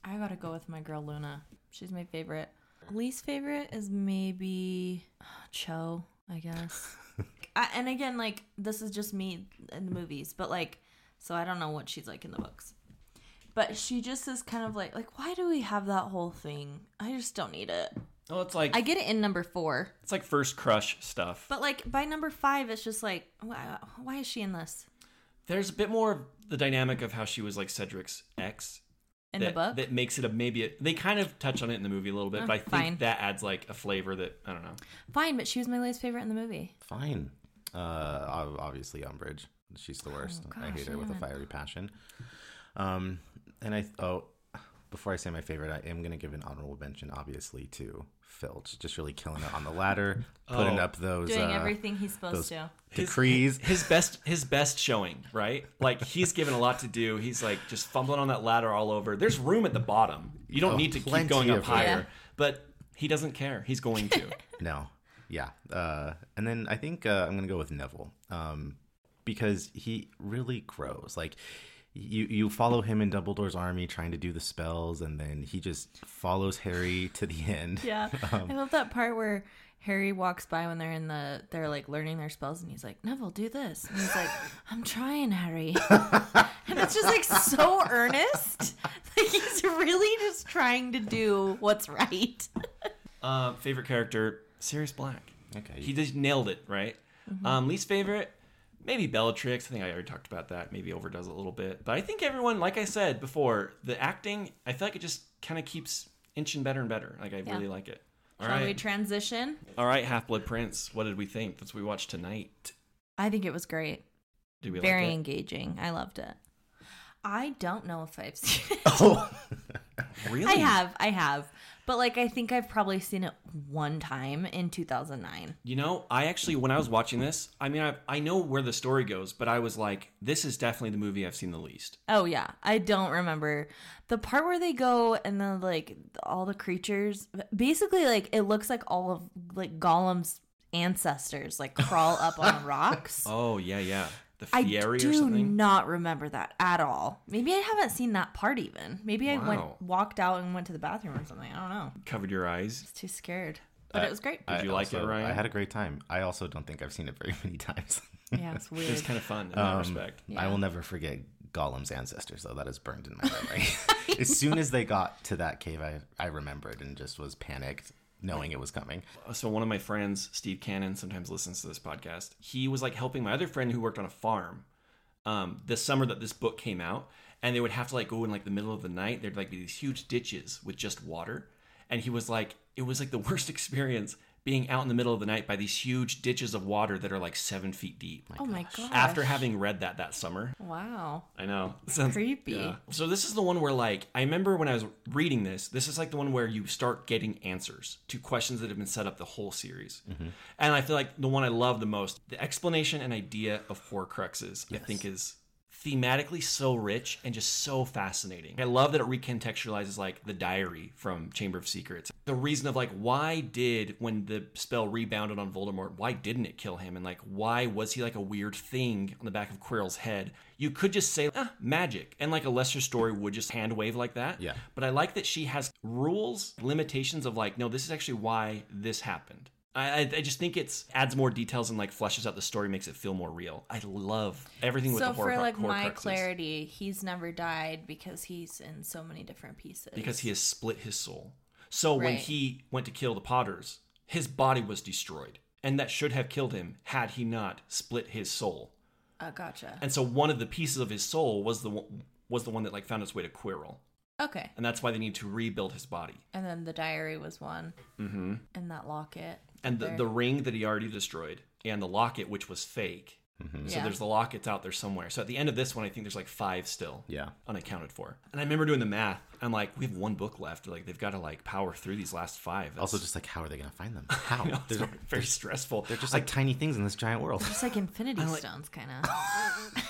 S1: I gotta go with my girl Luna. She's my favorite. Least favorite is maybe uh, Cho, I guess. I, and again, like this is just me in the movies, but like, so I don't know what she's like in the books. But she just is kind of like, like, why do we have that whole thing? I just don't need it.
S2: Oh, it's like
S1: I get it in number four,
S2: it's like first crush stuff.
S1: but like by number five, it's just like, why, why is she in this?
S2: There's a bit more of the dynamic of how she was like Cedric's ex
S1: In
S2: that,
S1: the book?
S2: that makes it a maybe a, they kind of touch on it in the movie a little bit,
S1: Oh,
S2: but I think
S1: fine.
S2: that adds like a flavor that I don't know.
S1: Fine, but she was my least favorite in the movie.
S4: Fine. Uh, ob- obviously Umbridge. She's the worst.
S1: Oh,
S4: I hate her with a fiery passion. Um, and I oh, before I say my favorite, I am gonna give an honorable mention, obviously, to Filch. Just really killing it on the ladder, putting
S2: Oh.
S4: up those
S1: Doing
S4: uh,
S1: everything he's supposed
S4: those
S1: to.
S4: decrees.
S2: his best his best showing right like he's given a lot to do he's like just fumbling on that ladder all over there's room at the bottom you don't
S4: Oh,
S2: need to keep
S4: plenty
S2: going up
S4: of
S2: higher
S1: room.
S2: but he doesn't care he's going to
S4: No. Yeah. Uh, and then I think uh, I'm gonna go with Neville, um, because he really grows. Like you you follow him in Dumbledore's army trying to do the spells, and then he just follows Harry to the end. Um,
S1: Yeah.
S2: Um,
S1: I love that part where Harry walks by when they're in the they're like learning their spells and he's like, Neville, do this. And he's like, I'm trying, Harry. and it's just like so earnest. Like he's really just trying to do what's right.
S2: uh, favorite character Sirius Black
S4: Okay.
S2: he just nailed it right um, least favorite maybe Bellatrix I think I already talked about that maybe overdoes it a little bit but I think everyone like I said before the acting I feel like it just kind of keeps inching better and better like I really like it All
S1: Shall we
S2: right,
S1: transition?
S2: all right, Half Blood Prince. What did we think? That's what we watched tonight.
S1: I think it was great.
S2: Do we
S1: Very
S2: like
S1: engaging. I loved it. I don't know if I've seen
S4: Oh.
S2: it? Really?
S1: I have, I have. But like I think I've probably seen it one time in two thousand nine.
S2: You know, I actually when I was watching this, I mean, I I know where the story goes, but I was like, this is definitely the movie I've seen the least.
S1: Oh yeah, I don't remember the part where they go and then like all the creatures. Basically, like it looks like all of like Gollum's ancestors like crawl up on rocks.
S2: Oh yeah, yeah, the
S1: I
S2: Fieri or
S1: do
S2: something.
S1: not remember that at all. Maybe I haven't seen that part even. Maybe I
S2: Wow.
S1: went walked out and went to the bathroom or something. I don't know.
S2: Covered your eyes.
S1: It's too scared, but it was great.
S2: Did you like it,
S4: also-
S2: Ryan?
S4: I had a great time. I also don't think I've seen it very many times.
S1: yeah, it's
S2: It was
S1: weird.
S2: kind of fun in that respect.
S4: I will never forget Gollum's ancestors, though. That is burned in my memory. as soon as they got to that cave, I, I remembered and just was panicked knowing it was coming.
S2: So one of my friends, Steve Cannon, sometimes listens to this podcast. He was like helping my other friend who worked on a farm um, this summer that this book came out, and they would have to like go in like the middle of the night. There'd like be these huge ditches with just water, and he was like, it was like the worst experience being out in the middle of the night by these huge ditches of water that are like seven feet deep.
S1: oh my god!
S2: After having read that that summer,
S1: wow,
S2: I know. Sounds
S1: Creepy.
S2: So this is the one where like I remember when I was reading this, this is like the one where you start getting answers to questions that have been set up the whole series. And I feel like the one I love the most, the explanation and idea of Horcruxes, I think is thematically so rich and just so fascinating. I love that it recontextualizes like the diary from Chamber of Secrets. The reason of like why did when the spell rebounded on Voldemort, why didn't it kill him? And like why was he like a weird thing on the back of Quirrell's head? You could just say ah, magic, and like a lesser story would just hand wave like that.
S4: Yeah.
S2: But I like that she has rules, limitations of like, no, this is actually why this happened. I, I I just think it's adds more details and like fleshes out the story, makes it feel more real. I love everything with
S1: so
S2: the horror
S1: for
S2: cru-
S1: like
S2: horror
S1: my
S2: cruxes.
S1: clarity, he's never died because he's in so many different pieces.
S2: because he has split his soul. So when
S1: Right.
S2: he went to kill the Potters, his body was destroyed, and that should have killed him had he not split his soul.
S1: Oh, gotcha.
S2: And so one of the pieces of his soul was the one, was the one that like found its way to Quirrell,
S1: Okay.
S2: and that's why they need to rebuild his body.
S1: And then the diary was one,
S2: Mm-hmm.
S1: and that locket.
S2: And the,
S1: there.
S2: the ring that he already destroyed, and the locket which was fake. So
S4: Mm-hmm.
S1: Yeah.
S2: there's the lockets out there somewhere. So at the end of this one, I think there's like five still.
S4: Yeah.
S2: Unaccounted for. And I remember doing the math. I'm like, we have one book left. Like they've got to like power through these last five. That's-
S4: Also, just like how are they gonna find them? How?
S2: You know, it's
S4: There's-
S2: very, very stressful.
S4: They're just
S2: I-
S4: like tiny things in this giant world.
S1: Just like Infinity
S2: like-
S1: Stones, kind of.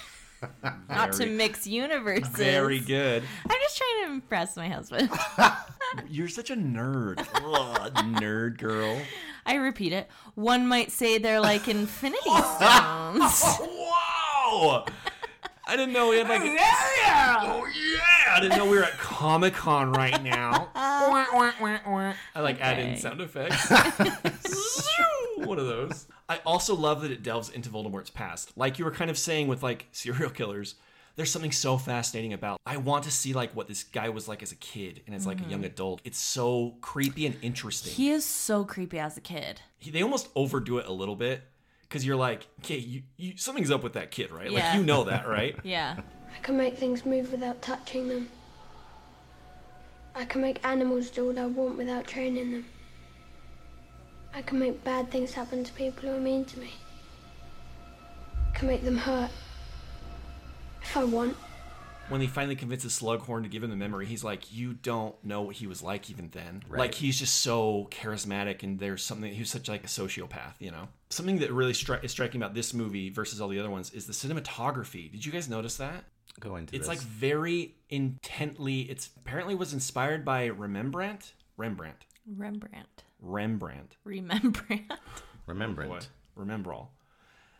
S1: Not to
S2: Very-
S1: mix universes.
S2: very good.
S1: I'm just trying to impress my husband.
S2: You're such a nerd, Ugh, nerd girl.
S1: I repeat it. One might say they're like Infinity Stones.
S2: Wow! I didn't know we had like. Oh yeah! I didn't know we were at Comic Con right now. I like add in
S1: Okay.
S2: sound effects. Zoom! One of those. I also love that it delves into Voldemort's past. Like you were kind of saying with like serial killers, there's something so fascinating about. I want to see like what this guy was like as a kid and as like
S1: Mm-hmm.
S2: a young adult. It's so creepy and interesting.
S1: He is so creepy as a kid.
S2: He- they almost overdo it a little bit because you're like, okay, you, you something's up with that kid, right?
S1: Yeah.
S2: Like you know that, right?
S1: Yeah.
S10: I can make things move without touching them. I can make animals do what I want without training them. I can make bad things happen to people who are mean to me. I can make them hurt. If I want.
S2: when he finally convinces Slughorn to give him the memory, he's like, "You don't know what he was like even then.
S4: Right.
S2: Like he's just so charismatic, and there's something he was such like a sociopath, you know. Something that really stri- is striking about this movie versus all the other ones is the cinematography. Did you guys notice that?
S4: Go into
S2: It's
S4: this.
S2: like very intently. It's apparently was inspired by Rembrandt. Rembrandt.
S1: Rembrandt.
S2: Rembrandt.
S1: Remembrant.
S4: remembrance.
S2: Boy, remember all.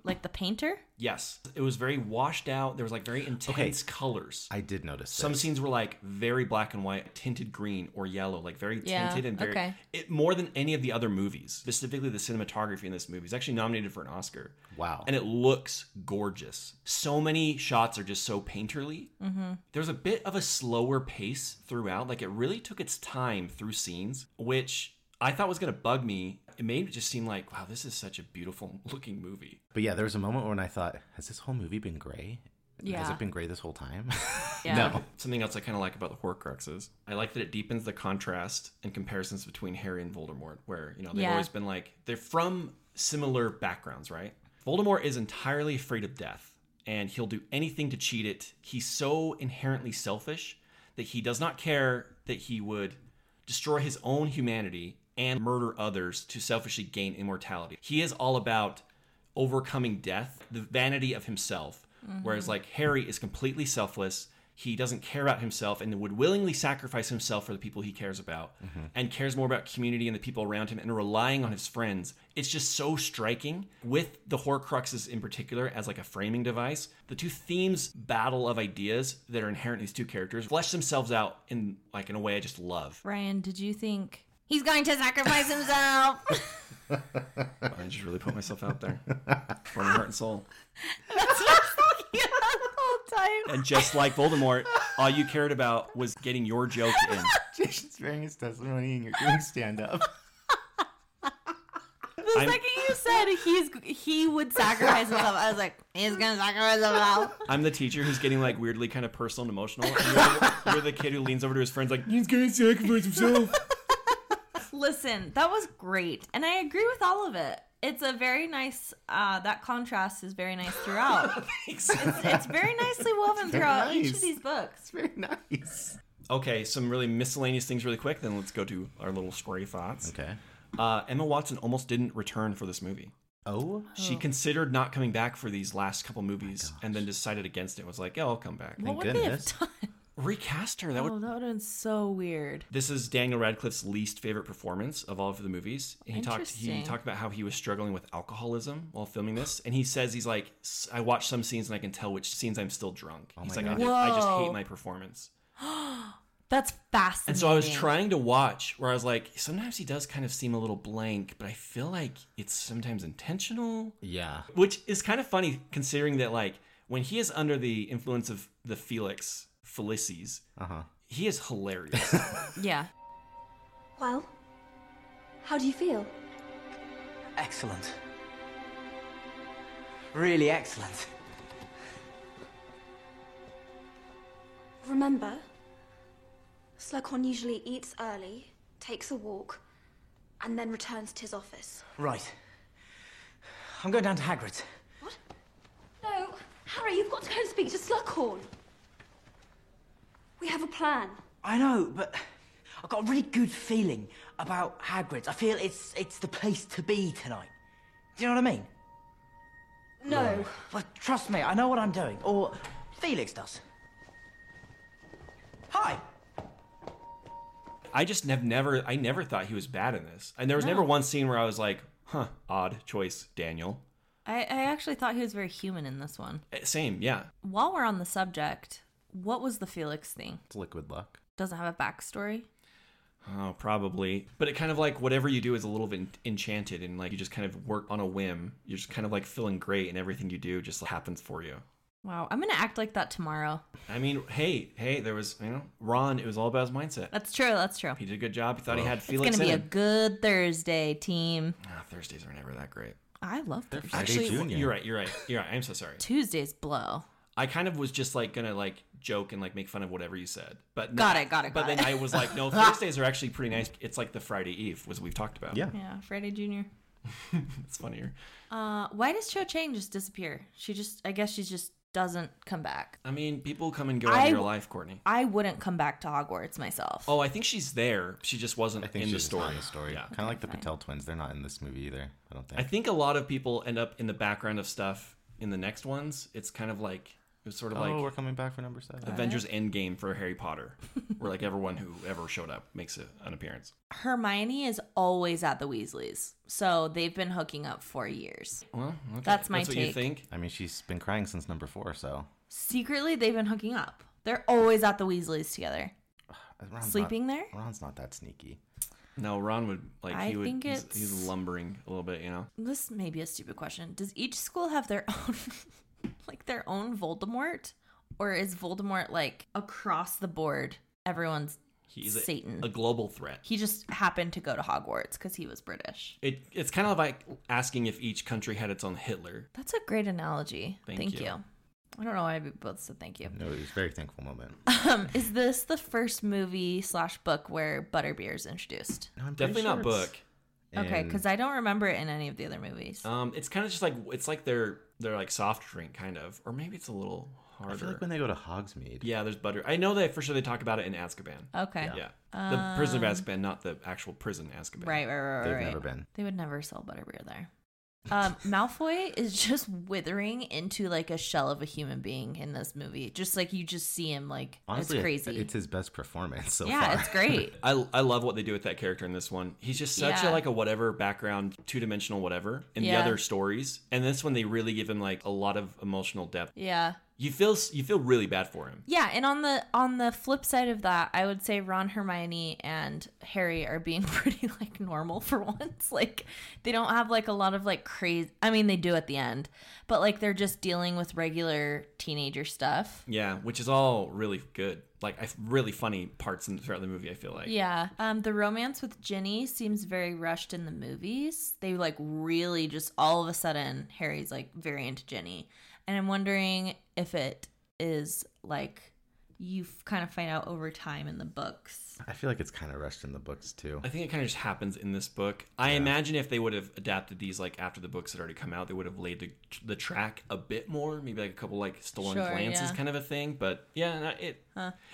S1: Like the painter?
S2: Yes, it was very washed out. There was like very intense colors.
S4: I did notice
S2: Some
S4: this.
S2: scenes were like very black and white, tinted green or yellow, like very
S1: Yeah,
S2: tinted and very
S1: okay.
S2: it more than any of the other movies. Specifically, the cinematography in this movie is actually nominated for an Oscar.
S4: Wow.
S2: And it looks gorgeous. So many shots are just so painterly. Mm-hmm. There's a bit of a slower pace throughout. Like it really took its time through scenes, which I thought was going to bug me. It made it just seem like, wow, this is such a beautiful looking movie.
S4: But yeah, there was a moment when I thought, has this whole movie been gray? Has
S1: Yeah.
S4: it been gray this whole time?
S1: Yeah.
S4: no.
S2: Something else I kind of like about the Horcruxes, I like that it deepens the contrast and comparisons between Harry and Voldemort, where you know they've
S1: Yeah.
S2: always been like they're from similar backgrounds, right? Voldemort is entirely afraid of death, and he'll do anything to cheat it. He's so inherently selfish that he does not care that he would destroy his own humanity and murder others to selfishly gain immortality. He is all about overcoming death, the vanity of himself. Whereas like Harry is completely selfless. He doesn't care about himself and would willingly sacrifice himself for the people he cares about and cares more about community and the people around him and relying on his friends. It's just so striking with the Horcruxes in particular as like a framing device. The two themes battle of ideas that are inherent in these two characters flesh themselves out in like in a way I just love.
S1: Ryan, did you think he's going to sacrifice himself?
S2: I just really put myself out there for my heart and soul.
S1: That's what I was thinking about the whole time.
S2: And just like Voldemort, all you cared about was getting your joke in.
S4: Jason's bearing his testimony and you're doing stand up.
S1: The
S2: I'm-
S1: second you said he's he would sacrifice himself, I was like, he's gonna sacrifice himself.
S2: I'm the teacher who's getting like weirdly kind of personal and emotional. And you're, you're the kid who leans over to his friends like he's gonna sacrifice himself.
S1: Listen, that was great, and I agree with all of it. It's a very nice. Uh, that contrast is very nice throughout. it's, it's very nicely woven
S4: very
S1: throughout each
S4: nice.
S1: of these books.
S4: Very nice.
S2: Okay, some really miscellaneous things really quick. Then let's go to our little stray thoughts.
S4: Okay.
S2: Uh, Emma Watson almost didn't return for this movie.
S4: Oh,
S2: She considered not coming back for these last couple movies and then decided against it. Was like, yeah, I'll come back.
S1: What would they have done?
S2: Recast her. That
S1: oh,
S2: would.
S1: that would have been so weird.
S2: This is Daniel Radcliffe's least favorite performance of all of the movies. He talked. He
S1: Interesting.
S2: talked about how he was struggling with alcoholism while filming this, and he says he's like, "S- I watch some scenes and I can tell which scenes I'm still drunk. he's
S1: my
S2: like, I
S1: God.
S2: just, I just hate
S1: Whoa.
S2: my performance.
S1: That's fascinating.
S2: And so I was trying to watch where I was like, sometimes he does kind of seem a little blank, but I feel like it's sometimes intentional.
S4: Yeah.
S2: Which is kind of funny considering that, like, when he is under the influence of the Felix Felices,
S4: uh-huh.
S2: he is hilarious.
S1: Yeah.
S11: Well, how do you feel?
S6: Excellent. Really excellent.
S11: Remember, Slurkon usually eats early, takes a walk, and then returns to his office.
S6: Right. I'm going down to Hagrid's.
S11: No, Harry, you've got to go and speak to Slughorn. We have a plan.
S6: I know, but I got a really good feeling about Hagrid's. I feel it's it's the place to be tonight. Do you know what I mean?
S11: No.
S6: Well, trust me, I know what I'm doing. Or Felix does. Hi.
S2: I just have never, I never thought he was bad in this. And there was
S1: No.
S2: never one scene where I was like, huh, odd choice, Daniel.
S1: I, I actually thought he was very human in this one.
S2: Eh, Same, yeah.
S1: While we're on the subject, what was the Felix thing?
S4: It's liquid luck.
S1: Doesn't have a backstory.
S2: Oh, probably. But it kind of like whatever you do is a little bit en- enchanted and like you just kind of work on a whim. You're just kind of like feeling great and everything you do just happens for you.
S1: Wow, I'm gonna act like that tomorrow.
S2: I mean, hey, hey, there was, you know, Ron, it was all about his mindset.
S1: That's true. That's true.
S2: He did a good job. He thought he had
S1: It's
S2: Felix
S1: gonna be
S2: in
S1: a
S2: him.
S1: good Thursday, team.
S2: Ah, Thursdays are never that great.
S1: I love Thursdays.
S2: Actually, you're right. You're right. You're right. I'm so sorry.
S1: Tuesdays blow.
S2: I kind of was just like gonna like joke and like make fun of whatever you said, but
S1: Got it, got it,
S2: But
S1: got
S2: then
S1: it.
S2: I was like, no, Thursdays are actually pretty nice. It's like the Friday Eve was we've talked about.
S1: Yeah, Friday Junior.
S2: it's funnier.
S1: Uh, why does Cho Chang just disappear? She just, I guess she just doesn't come back.
S2: I mean, people come and go in your
S1: I-
S2: life, Courtney.
S1: I wouldn't come back to Hogwarts myself.
S2: Oh, I think she's there. She just wasn't
S4: I think
S2: in the
S4: she's just not
S2: story.
S4: in the story.
S2: Yeah.
S4: Kind of like the Patel twins. They're not in this movie either. I don't think.
S2: I think a lot of people end up in the background of stuff in the next ones. It's kind of like it was sort of
S4: oh,
S2: like
S4: we're coming back for number seven.
S2: Avengers Endgame for Harry Potter, where like everyone who ever showed up makes a, an appearance.
S1: Hermione is always at the Weasleys, so they've been hooking up for years.
S2: Well, okay.
S1: that's my
S2: That's what
S1: take.
S2: you think.
S4: I mean, she's been crying since number four, so
S1: Secretly, they've been hooking up. They're always at the Weasleys together.
S4: Ron's not-
S1: Sleeping there?
S4: Ron's not that sneaky.
S2: No, Ron would like
S1: I
S2: he would.
S1: think
S2: he's,
S1: it's-
S2: he's lumbering a little bit, you know.
S1: This may be a stupid question. Does each school have their own, like their own Voldemort, or is Voldemort like across the board? Everyone's
S2: He's a,
S1: Satan.
S2: a global threat.
S1: he just happened to go to Hogwarts because he was British.
S2: It it's kind of like asking if each country had its own Hitler.
S1: That's a great analogy.
S2: Thank
S1: Thank,
S2: you. Mm-hmm.
S1: you. I don't know why we both said thank you.
S4: No, it was a very thankful moment.
S1: Um, is this the first movie slash book where Butterbeer is introduced?
S4: No, I'm pretty
S2: Definitely not
S4: sure it's
S2: book.
S1: Okay,
S4: in-
S1: because I don't remember it in any of the other movies.
S2: Um, it's kind of just like it's like their their like soft drink kind of, or maybe it's a little harder.
S4: I feel like when they go to Hogsmeade,
S2: Yeah, there's butter. I know that for sure they talk about it in Azkaban.
S1: Okay.
S2: Yeah. The prison
S1: Um,
S2: of Azkaban, not the actual prison Azkaban.
S1: Right, right, right, right.
S4: they've
S1: right.
S4: never been.
S1: They would never sell Butterbeer there. Um, Malfoy is just withering into like a shell of a human being in this movie. Just like you just see him like
S4: Honestly,
S1: it's
S4: it-
S1: crazy.
S4: it's his best performance so
S1: yeah,
S4: far.
S1: it's great.
S2: I, I love what they do with that character in this one. He's just such
S1: Yeah.
S2: a like a whatever background, two dimensional whatever in
S1: Yeah.
S2: the other stories. And this one they really give him like a lot of emotional depth.
S1: Yeah.
S2: You feel s- you feel really bad for him.
S1: Yeah, and on the on the flip side of that, I would say Ron, Hermione, and Harry are being pretty like normal for once. Like they don't have like a lot of like crazy. I mean, they do at the end, but like they're just dealing with regular teenager stuff.
S2: Yeah, which is all really good. Like I really funny parts in, throughout the movie. I feel like.
S1: Yeah. Um, the romance with Ginny seems very rushed in the movies. They like really just all of a sudden Harry's like very into Ginny, and I'm wondering if it is like you f- kind of find out over time in the books.
S4: I feel like it's kind of rushed in the books too.
S2: I think it kind of just happens in this book. I imagine if they would have adapted these like after the books had already come out, they would have laid the, the track a bit more, maybe like a couple like stolen
S1: Sure,
S2: glances
S1: yeah.
S2: kind of a thing. But yeah, no, it,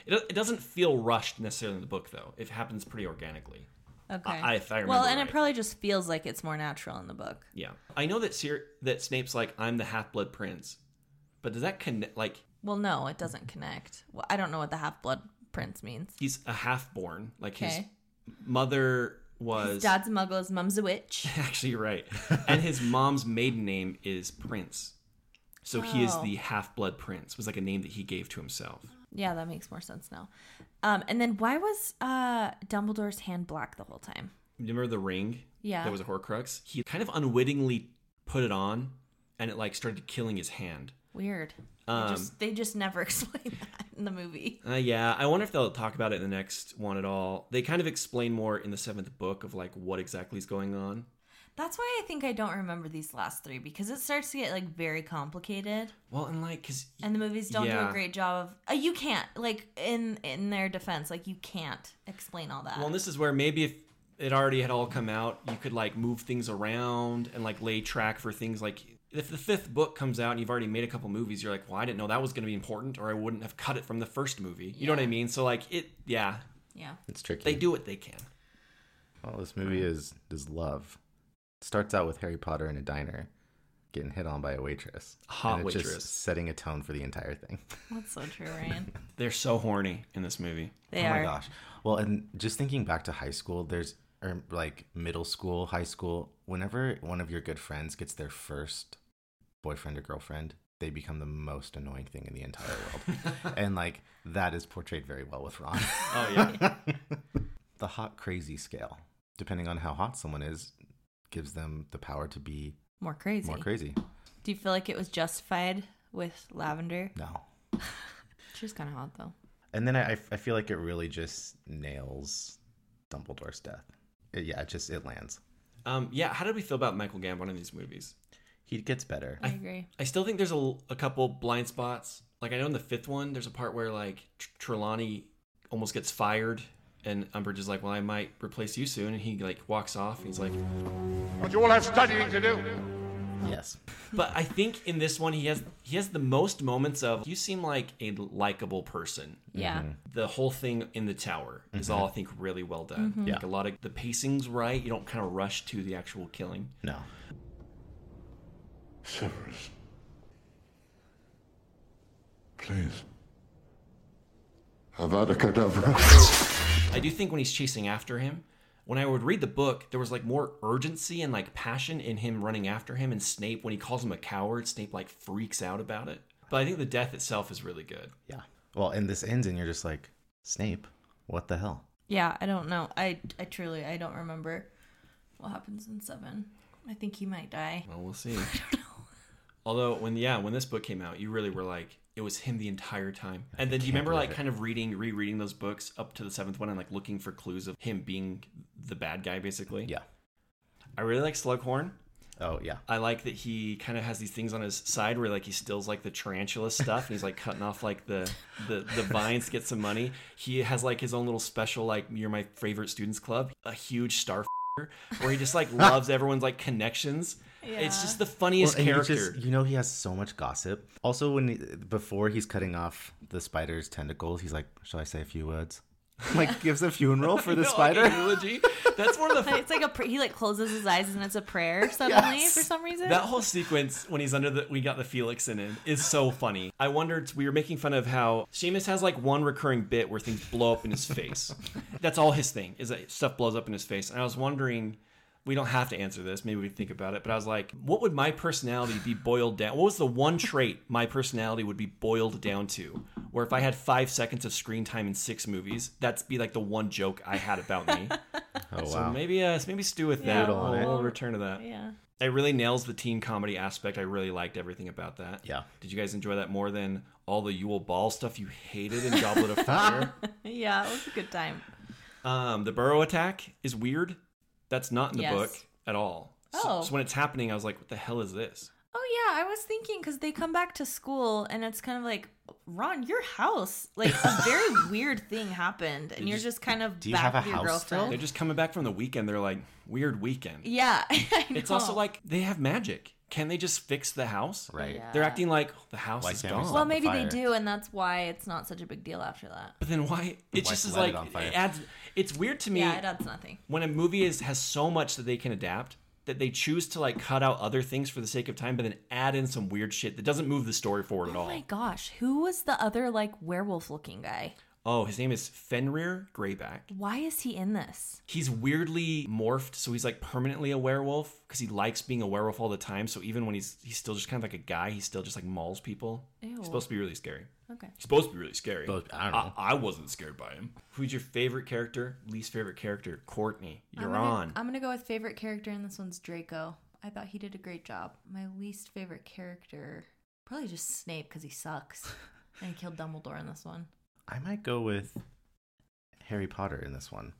S2: it it doesn't feel rushed necessarily in the book though. It happens pretty organically.
S1: Okay.
S2: I- if I
S1: well,
S2: remember
S1: and
S2: right.
S1: it probably just feels like it's more natural in the book.
S2: Yeah, I know that Sir- that Snape's like I'm the Half Blood Prince, but does that connect? Like
S1: Well, no, it doesn't connect. Well, I don't know what the half blood prince means.
S2: he's a half born. Like his
S1: Okay.
S2: mother
S1: His
S2: was
S1: dad's a muggle, his mum's a witch.
S2: actually you're right, and his mom's maiden name is Prince, so he is
S1: Oh.
S2: the Half Blood Prince. Was like a name that he gave to himself.
S1: Yeah, that makes more sense now. Um, and then why was uh, Dumbledore's hand black the whole time?
S2: Remember the ring?
S1: Yeah.
S2: That was a Horcrux. He kind of unwittingly put it on, and it like started killing his hand.
S1: Weird.
S2: Um,
S1: they, just, they just never explain that in the movie.
S2: Uh, yeah, I wonder if they'll talk about it in the next one at all. They kind of explain more in the seventh book of like what exactly is going on.
S1: That's why I think I don't remember these last three because it starts to get like very complicated.
S2: Well, and like because
S1: and the movies don't do
S2: yeah.
S1: a great job of. Uh, you can't like in in their defense, like you can't explain all that.
S2: Well, and this is where maybe if it already had all come out, you could like move things around and like lay track for things like if the fifth book comes out and you've already made a couple movies, you're like, well, I didn't know that was going to be important, or I wouldn't have cut it from the first movie. You know what I mean? So like it, yeah,
S1: yeah.
S4: It's tricky.
S2: they do what they can.
S4: Well, this movie is is love. It starts out with Harry Potter in a diner, getting hit on by a waitress.
S2: Hot
S4: And it's just
S2: waitress.
S4: setting a tone for the entire thing.
S1: That's so true, Ryan.
S2: They're so horny in this movie.
S1: They
S4: oh
S1: are.
S4: my gosh. Well, and just thinking back to high school, there's or like middle school, high school, whenever one of your good friends gets their first boyfriend or girlfriend, they become the most annoying thing in the entire world. and like that is portrayed very well with Ron.
S2: Oh yeah,
S4: the hot crazy scale, depending on how hot someone is, gives them the power to be
S1: More crazy.
S4: more crazy.
S1: Do you feel like it was justified with Lavender?
S4: No.
S1: She was kind of hot though.
S4: And then I, I feel like it really just nails Dumbledore's death. It- yeah, it just it lands.
S2: um, yeah. How did we feel about Michael Gambon in these movies?
S4: He gets better.
S1: I agree.
S2: I still think there's a, a couple blind spots. Like I know in the fifth one, there's a part where like Tr- Trelawney almost gets fired, and Umbridge is like, "Well, I might replace you soon," and he like walks off. And he's like,
S12: But you all have studying to do.
S1: Uh-huh.
S4: Yes.
S2: "But I think in this one, he has he has the most moments of you seem like a likable person."
S1: Yeah.
S2: The whole thing in the tower is all I think really well done.
S4: Yeah.
S2: Like a lot of the pacing's right. You don't kind of rush to the actual killing.
S4: No.
S12: Severus. Please. Avada Kedavra.
S2: I do think when he's chasing after him, when I would read the book, there was like more urgency and like passion in him running after him. And Snape, when he calls him a coward, Snape like freaks out about it. But I think the death itself is really good.
S4: Yeah. Well, and this ends, and you're just like Snape. What the hell?
S1: Yeah, I don't know. I I truly I don't remember what happens in seven. I think he might die.
S2: Well, we'll see. Although when yeah, when this book came out, you really were like it was him the entire time. And then do you remember like kind of reading, rereading those books up to the seventh one and like looking for clues of him being the bad guy basically?
S4: Yeah.
S2: I really like Slughorn.
S4: Oh yeah.
S2: I like that he kind of has these things on his side where like he steals like the tarantula stuff and he's like cutting off like the the, the vines to get some money. He has like his own little special like you're my favorite students club, a huge star f***er, where he just like loves everyone's like connections. It's just the funniest
S4: Well, and he
S2: character.
S4: just- you know, he has so much gossip. Also, when he, before he's cutting off the spider's tentacles, he's like, "Shall I say a few words?" like gives a funeral for
S2: No,
S4: the
S2: like
S4: spider.
S2: a Oh, eulogy. That's one of the
S1: It's like a pr- he like closes his eyes and it's a prayer suddenly for some reason.
S2: That whole sequence when he's under the we got the Felix in it is so funny. I wondered we were making fun of how Seamus has like one recurring bit where things blow up in his face. That's all his thing is that stuff blows up in his face. And I was wondering we don't have to answer this. Maybe we think about it. But I was like, what would my personality be boiled down? What was the one trait my personality would be boiled down to? Where if I had five seconds of screen time in six movies, that's be like the one joke I had about me.
S4: oh
S2: So
S4: wow.
S2: maybe, uh, maybe stew with that.
S4: Noodle on
S2: We'll-
S4: it.
S2: we'll return to that.
S1: yeah.
S2: It really nails the teen comedy aspect. I really liked everything about that.
S4: Yeah.
S2: Did you guys enjoy that more than all the Yule Ball stuff you hated in Goblet of Fire?
S1: Yeah, it was a good time.
S2: Um, the burrow attack is weird. That's not in the
S1: Yes.
S2: book at all. So-
S1: Oh.
S2: So, when it's happening, I was like, what the hell is this?
S1: Oh yeah, I was thinking because they come back to school and it's kind of like Ron, your house, like a very weird thing happened, and you're just kind of
S4: do you
S1: back
S4: have a
S1: with your
S4: house still?
S1: girlfriend.
S2: They're just coming back from the weekend. They're like, weird weekend.
S1: Yeah, I
S2: It's also
S1: know.
S2: like they have magic. Can they just fix the house?
S1: Right. Yeah.
S2: They're acting like the house is
S4: can't we
S2: gone.
S1: Well, maybe they do, and that's why it's not such a big deal after that.
S2: But then why? It
S1: Why
S2: just is
S1: light
S2: like
S1: it on
S2: it,
S1: fire?
S2: adds. It's weird to me.
S1: Yeah, it adds nothing.
S2: When a movie is has so much that they can adapt that they choose to like cut out other things for the sake of time, but then add in some weird shit that doesn't move the story forward at
S1: Oh
S2: all.
S1: my gosh, who was the other like werewolf looking guy?
S2: Oh, his name is Fenrir Greyback.
S1: Why is he in this?
S2: He's weirdly morphed, so he's like permanently a werewolf because he likes being a werewolf all the time. So even when he's he's still just kind of like a guy, he still just like mauls people.
S1: Ew.
S2: He's supposed to be really scary.
S1: Okay.
S2: He's supposed to be really scary.
S13: Supposed- I
S2: I,
S13: don't know.
S2: I, wasn't scared by him. Who's your favorite character? Least favorite character? Courtney. You're
S1: I'm gonna,
S2: on.
S1: I'm gonna go with favorite character, and this one's Draco. I thought he did a great job. My least favorite character, probably just Snape, because he sucks, and he killed Dumbledore in this one.
S4: I might go with Harry Potter in this one,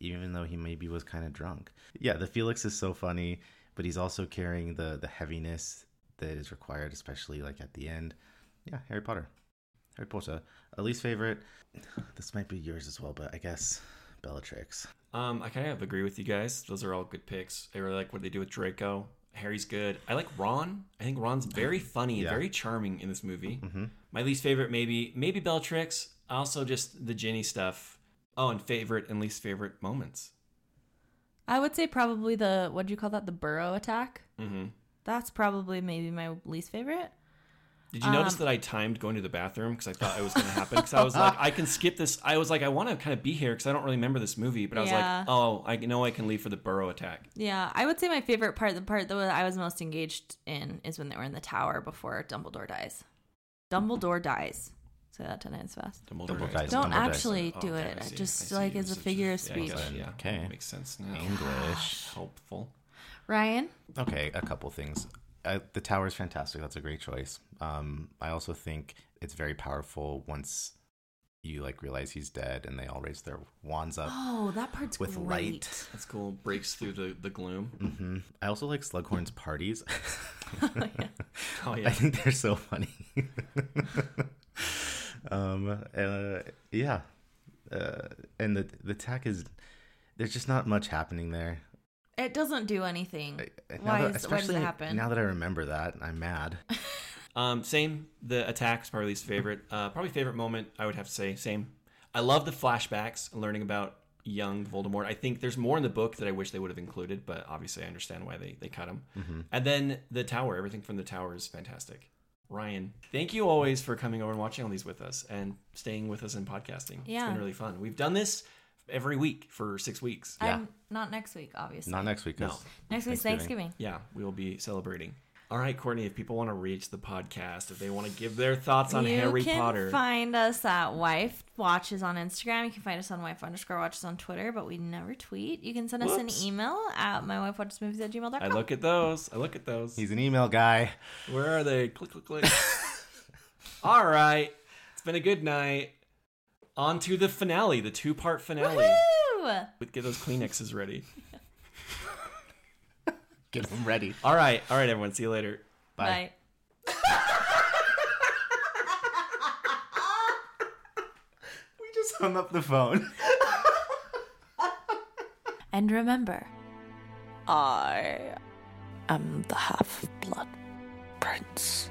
S4: even though he maybe was kind of drunk. Yeah, the Felix is so funny, but he's also carrying the the heaviness that is required, especially like at the end. Yeah, Harry Potter. Harry Potter. At least favorite. This might be yours as well, but I guess Bellatrix.
S2: Um, I kind of agree with you guys. Those are all good picks. I really like what they do with Draco. Harry's good. I like Ron. I think Ron's very funny
S4: Yeah.
S2: and very charming in this movie.
S4: Mhm.
S2: My least favorite, maybe, maybe Bellatrix. Also, just the Ginny stuff. Oh, and favorite and least favorite moments.
S1: I would say probably the what do you call that? The burrow attack.
S4: Mm-hmm.
S2: hmm
S1: That's probably maybe my least favorite.
S2: Did you notice
S1: Um,
S2: that I timed going to the bathroom because I thought it was going to happen? Because I was like, I can skip this. I was like, I want to kind of be here because I don't really remember this movie. But I was
S1: Yeah.
S2: like, oh, I know I can leave for the burrow attack.
S1: Yeah, I would say my favorite part, the part that I was most engaged in, is when they were in the tower before Dumbledore dies. Dumbledore dies. Say that ten times fast.
S2: Dumbledore Dumbledore dies. dies.
S1: Don't
S2: Dumbledore dies.
S1: actually
S2: Oh,
S1: do
S2: okay,
S1: it.
S2: I see. I
S1: Just
S2: see.
S1: like
S2: It
S1: as a
S2: was a-
S1: figure of
S2: yeah, I
S1: speech.
S2: guess, yeah.
S4: Okay.
S2: Makes sense now.
S4: English.
S2: Helpful.
S1: Ryan,
S4: Okay, a couple things. I, the tower's fantastic. That's a great choice. Um, I also think it's very powerful once you like realize he's dead and they all raise their wands up.
S1: Oh, that part's
S4: with light.
S2: That's cool. Breaks through the, the gloom.
S4: hmm I also like Slughorn's parties.
S2: Oh, yeah.
S4: I think they're so funny. um, uh, yeah, uh, and the the attack is there's just not much happening there.
S1: it doesn't do anything. why,
S4: Now that-
S1: is, why does it
S4: especially
S1: happen?
S4: Now that I remember that, I'm mad.
S2: Um, same. The attacks probably least favorite. Uh, probably favorite moment. I would have to say same. I love the flashbacks and learning about young Voldemort. I think there's more in the book that I wish they would have included, but obviously I understand why they they cut him.
S13: Mhm.
S2: And then the tower. Everything from the tower is fantastic. Ryan, thank you always for coming over and watching all these with us and staying with us in podcasting. It's
S1: Yeah.
S2: been really fun. We've done this every week for six weeks.
S1: I'm not next week, obviously.
S4: Not next week. 'cause
S2: No.
S1: Next week's Thanksgiving.
S2: Yeah, we will be celebrating. All right, Courtney, if people want to reach the podcast, if they want to give their thoughts on
S1: you
S2: Harry
S1: can
S2: Potter,
S1: Find us at Wife Watches on Instagram. You can find us on Wife underscore Watches on Twitter, but we never tweet. You can send us
S2: Whoops.
S1: an email at mywifewatchesmovies at gmail.com.
S2: I look at those. I look at those.
S4: He's an email guy.
S2: Where are they? Click, click, click. All right. It's been a good night. On to the finale, the two part finale.
S1: Woohoo!
S2: But Get those Kleenexes ready.
S4: Get them ready.
S2: All right. All right, everyone. See you later.
S1: Bye.
S4: We just hung up the phone.
S1: And remember, I am the half blood prince.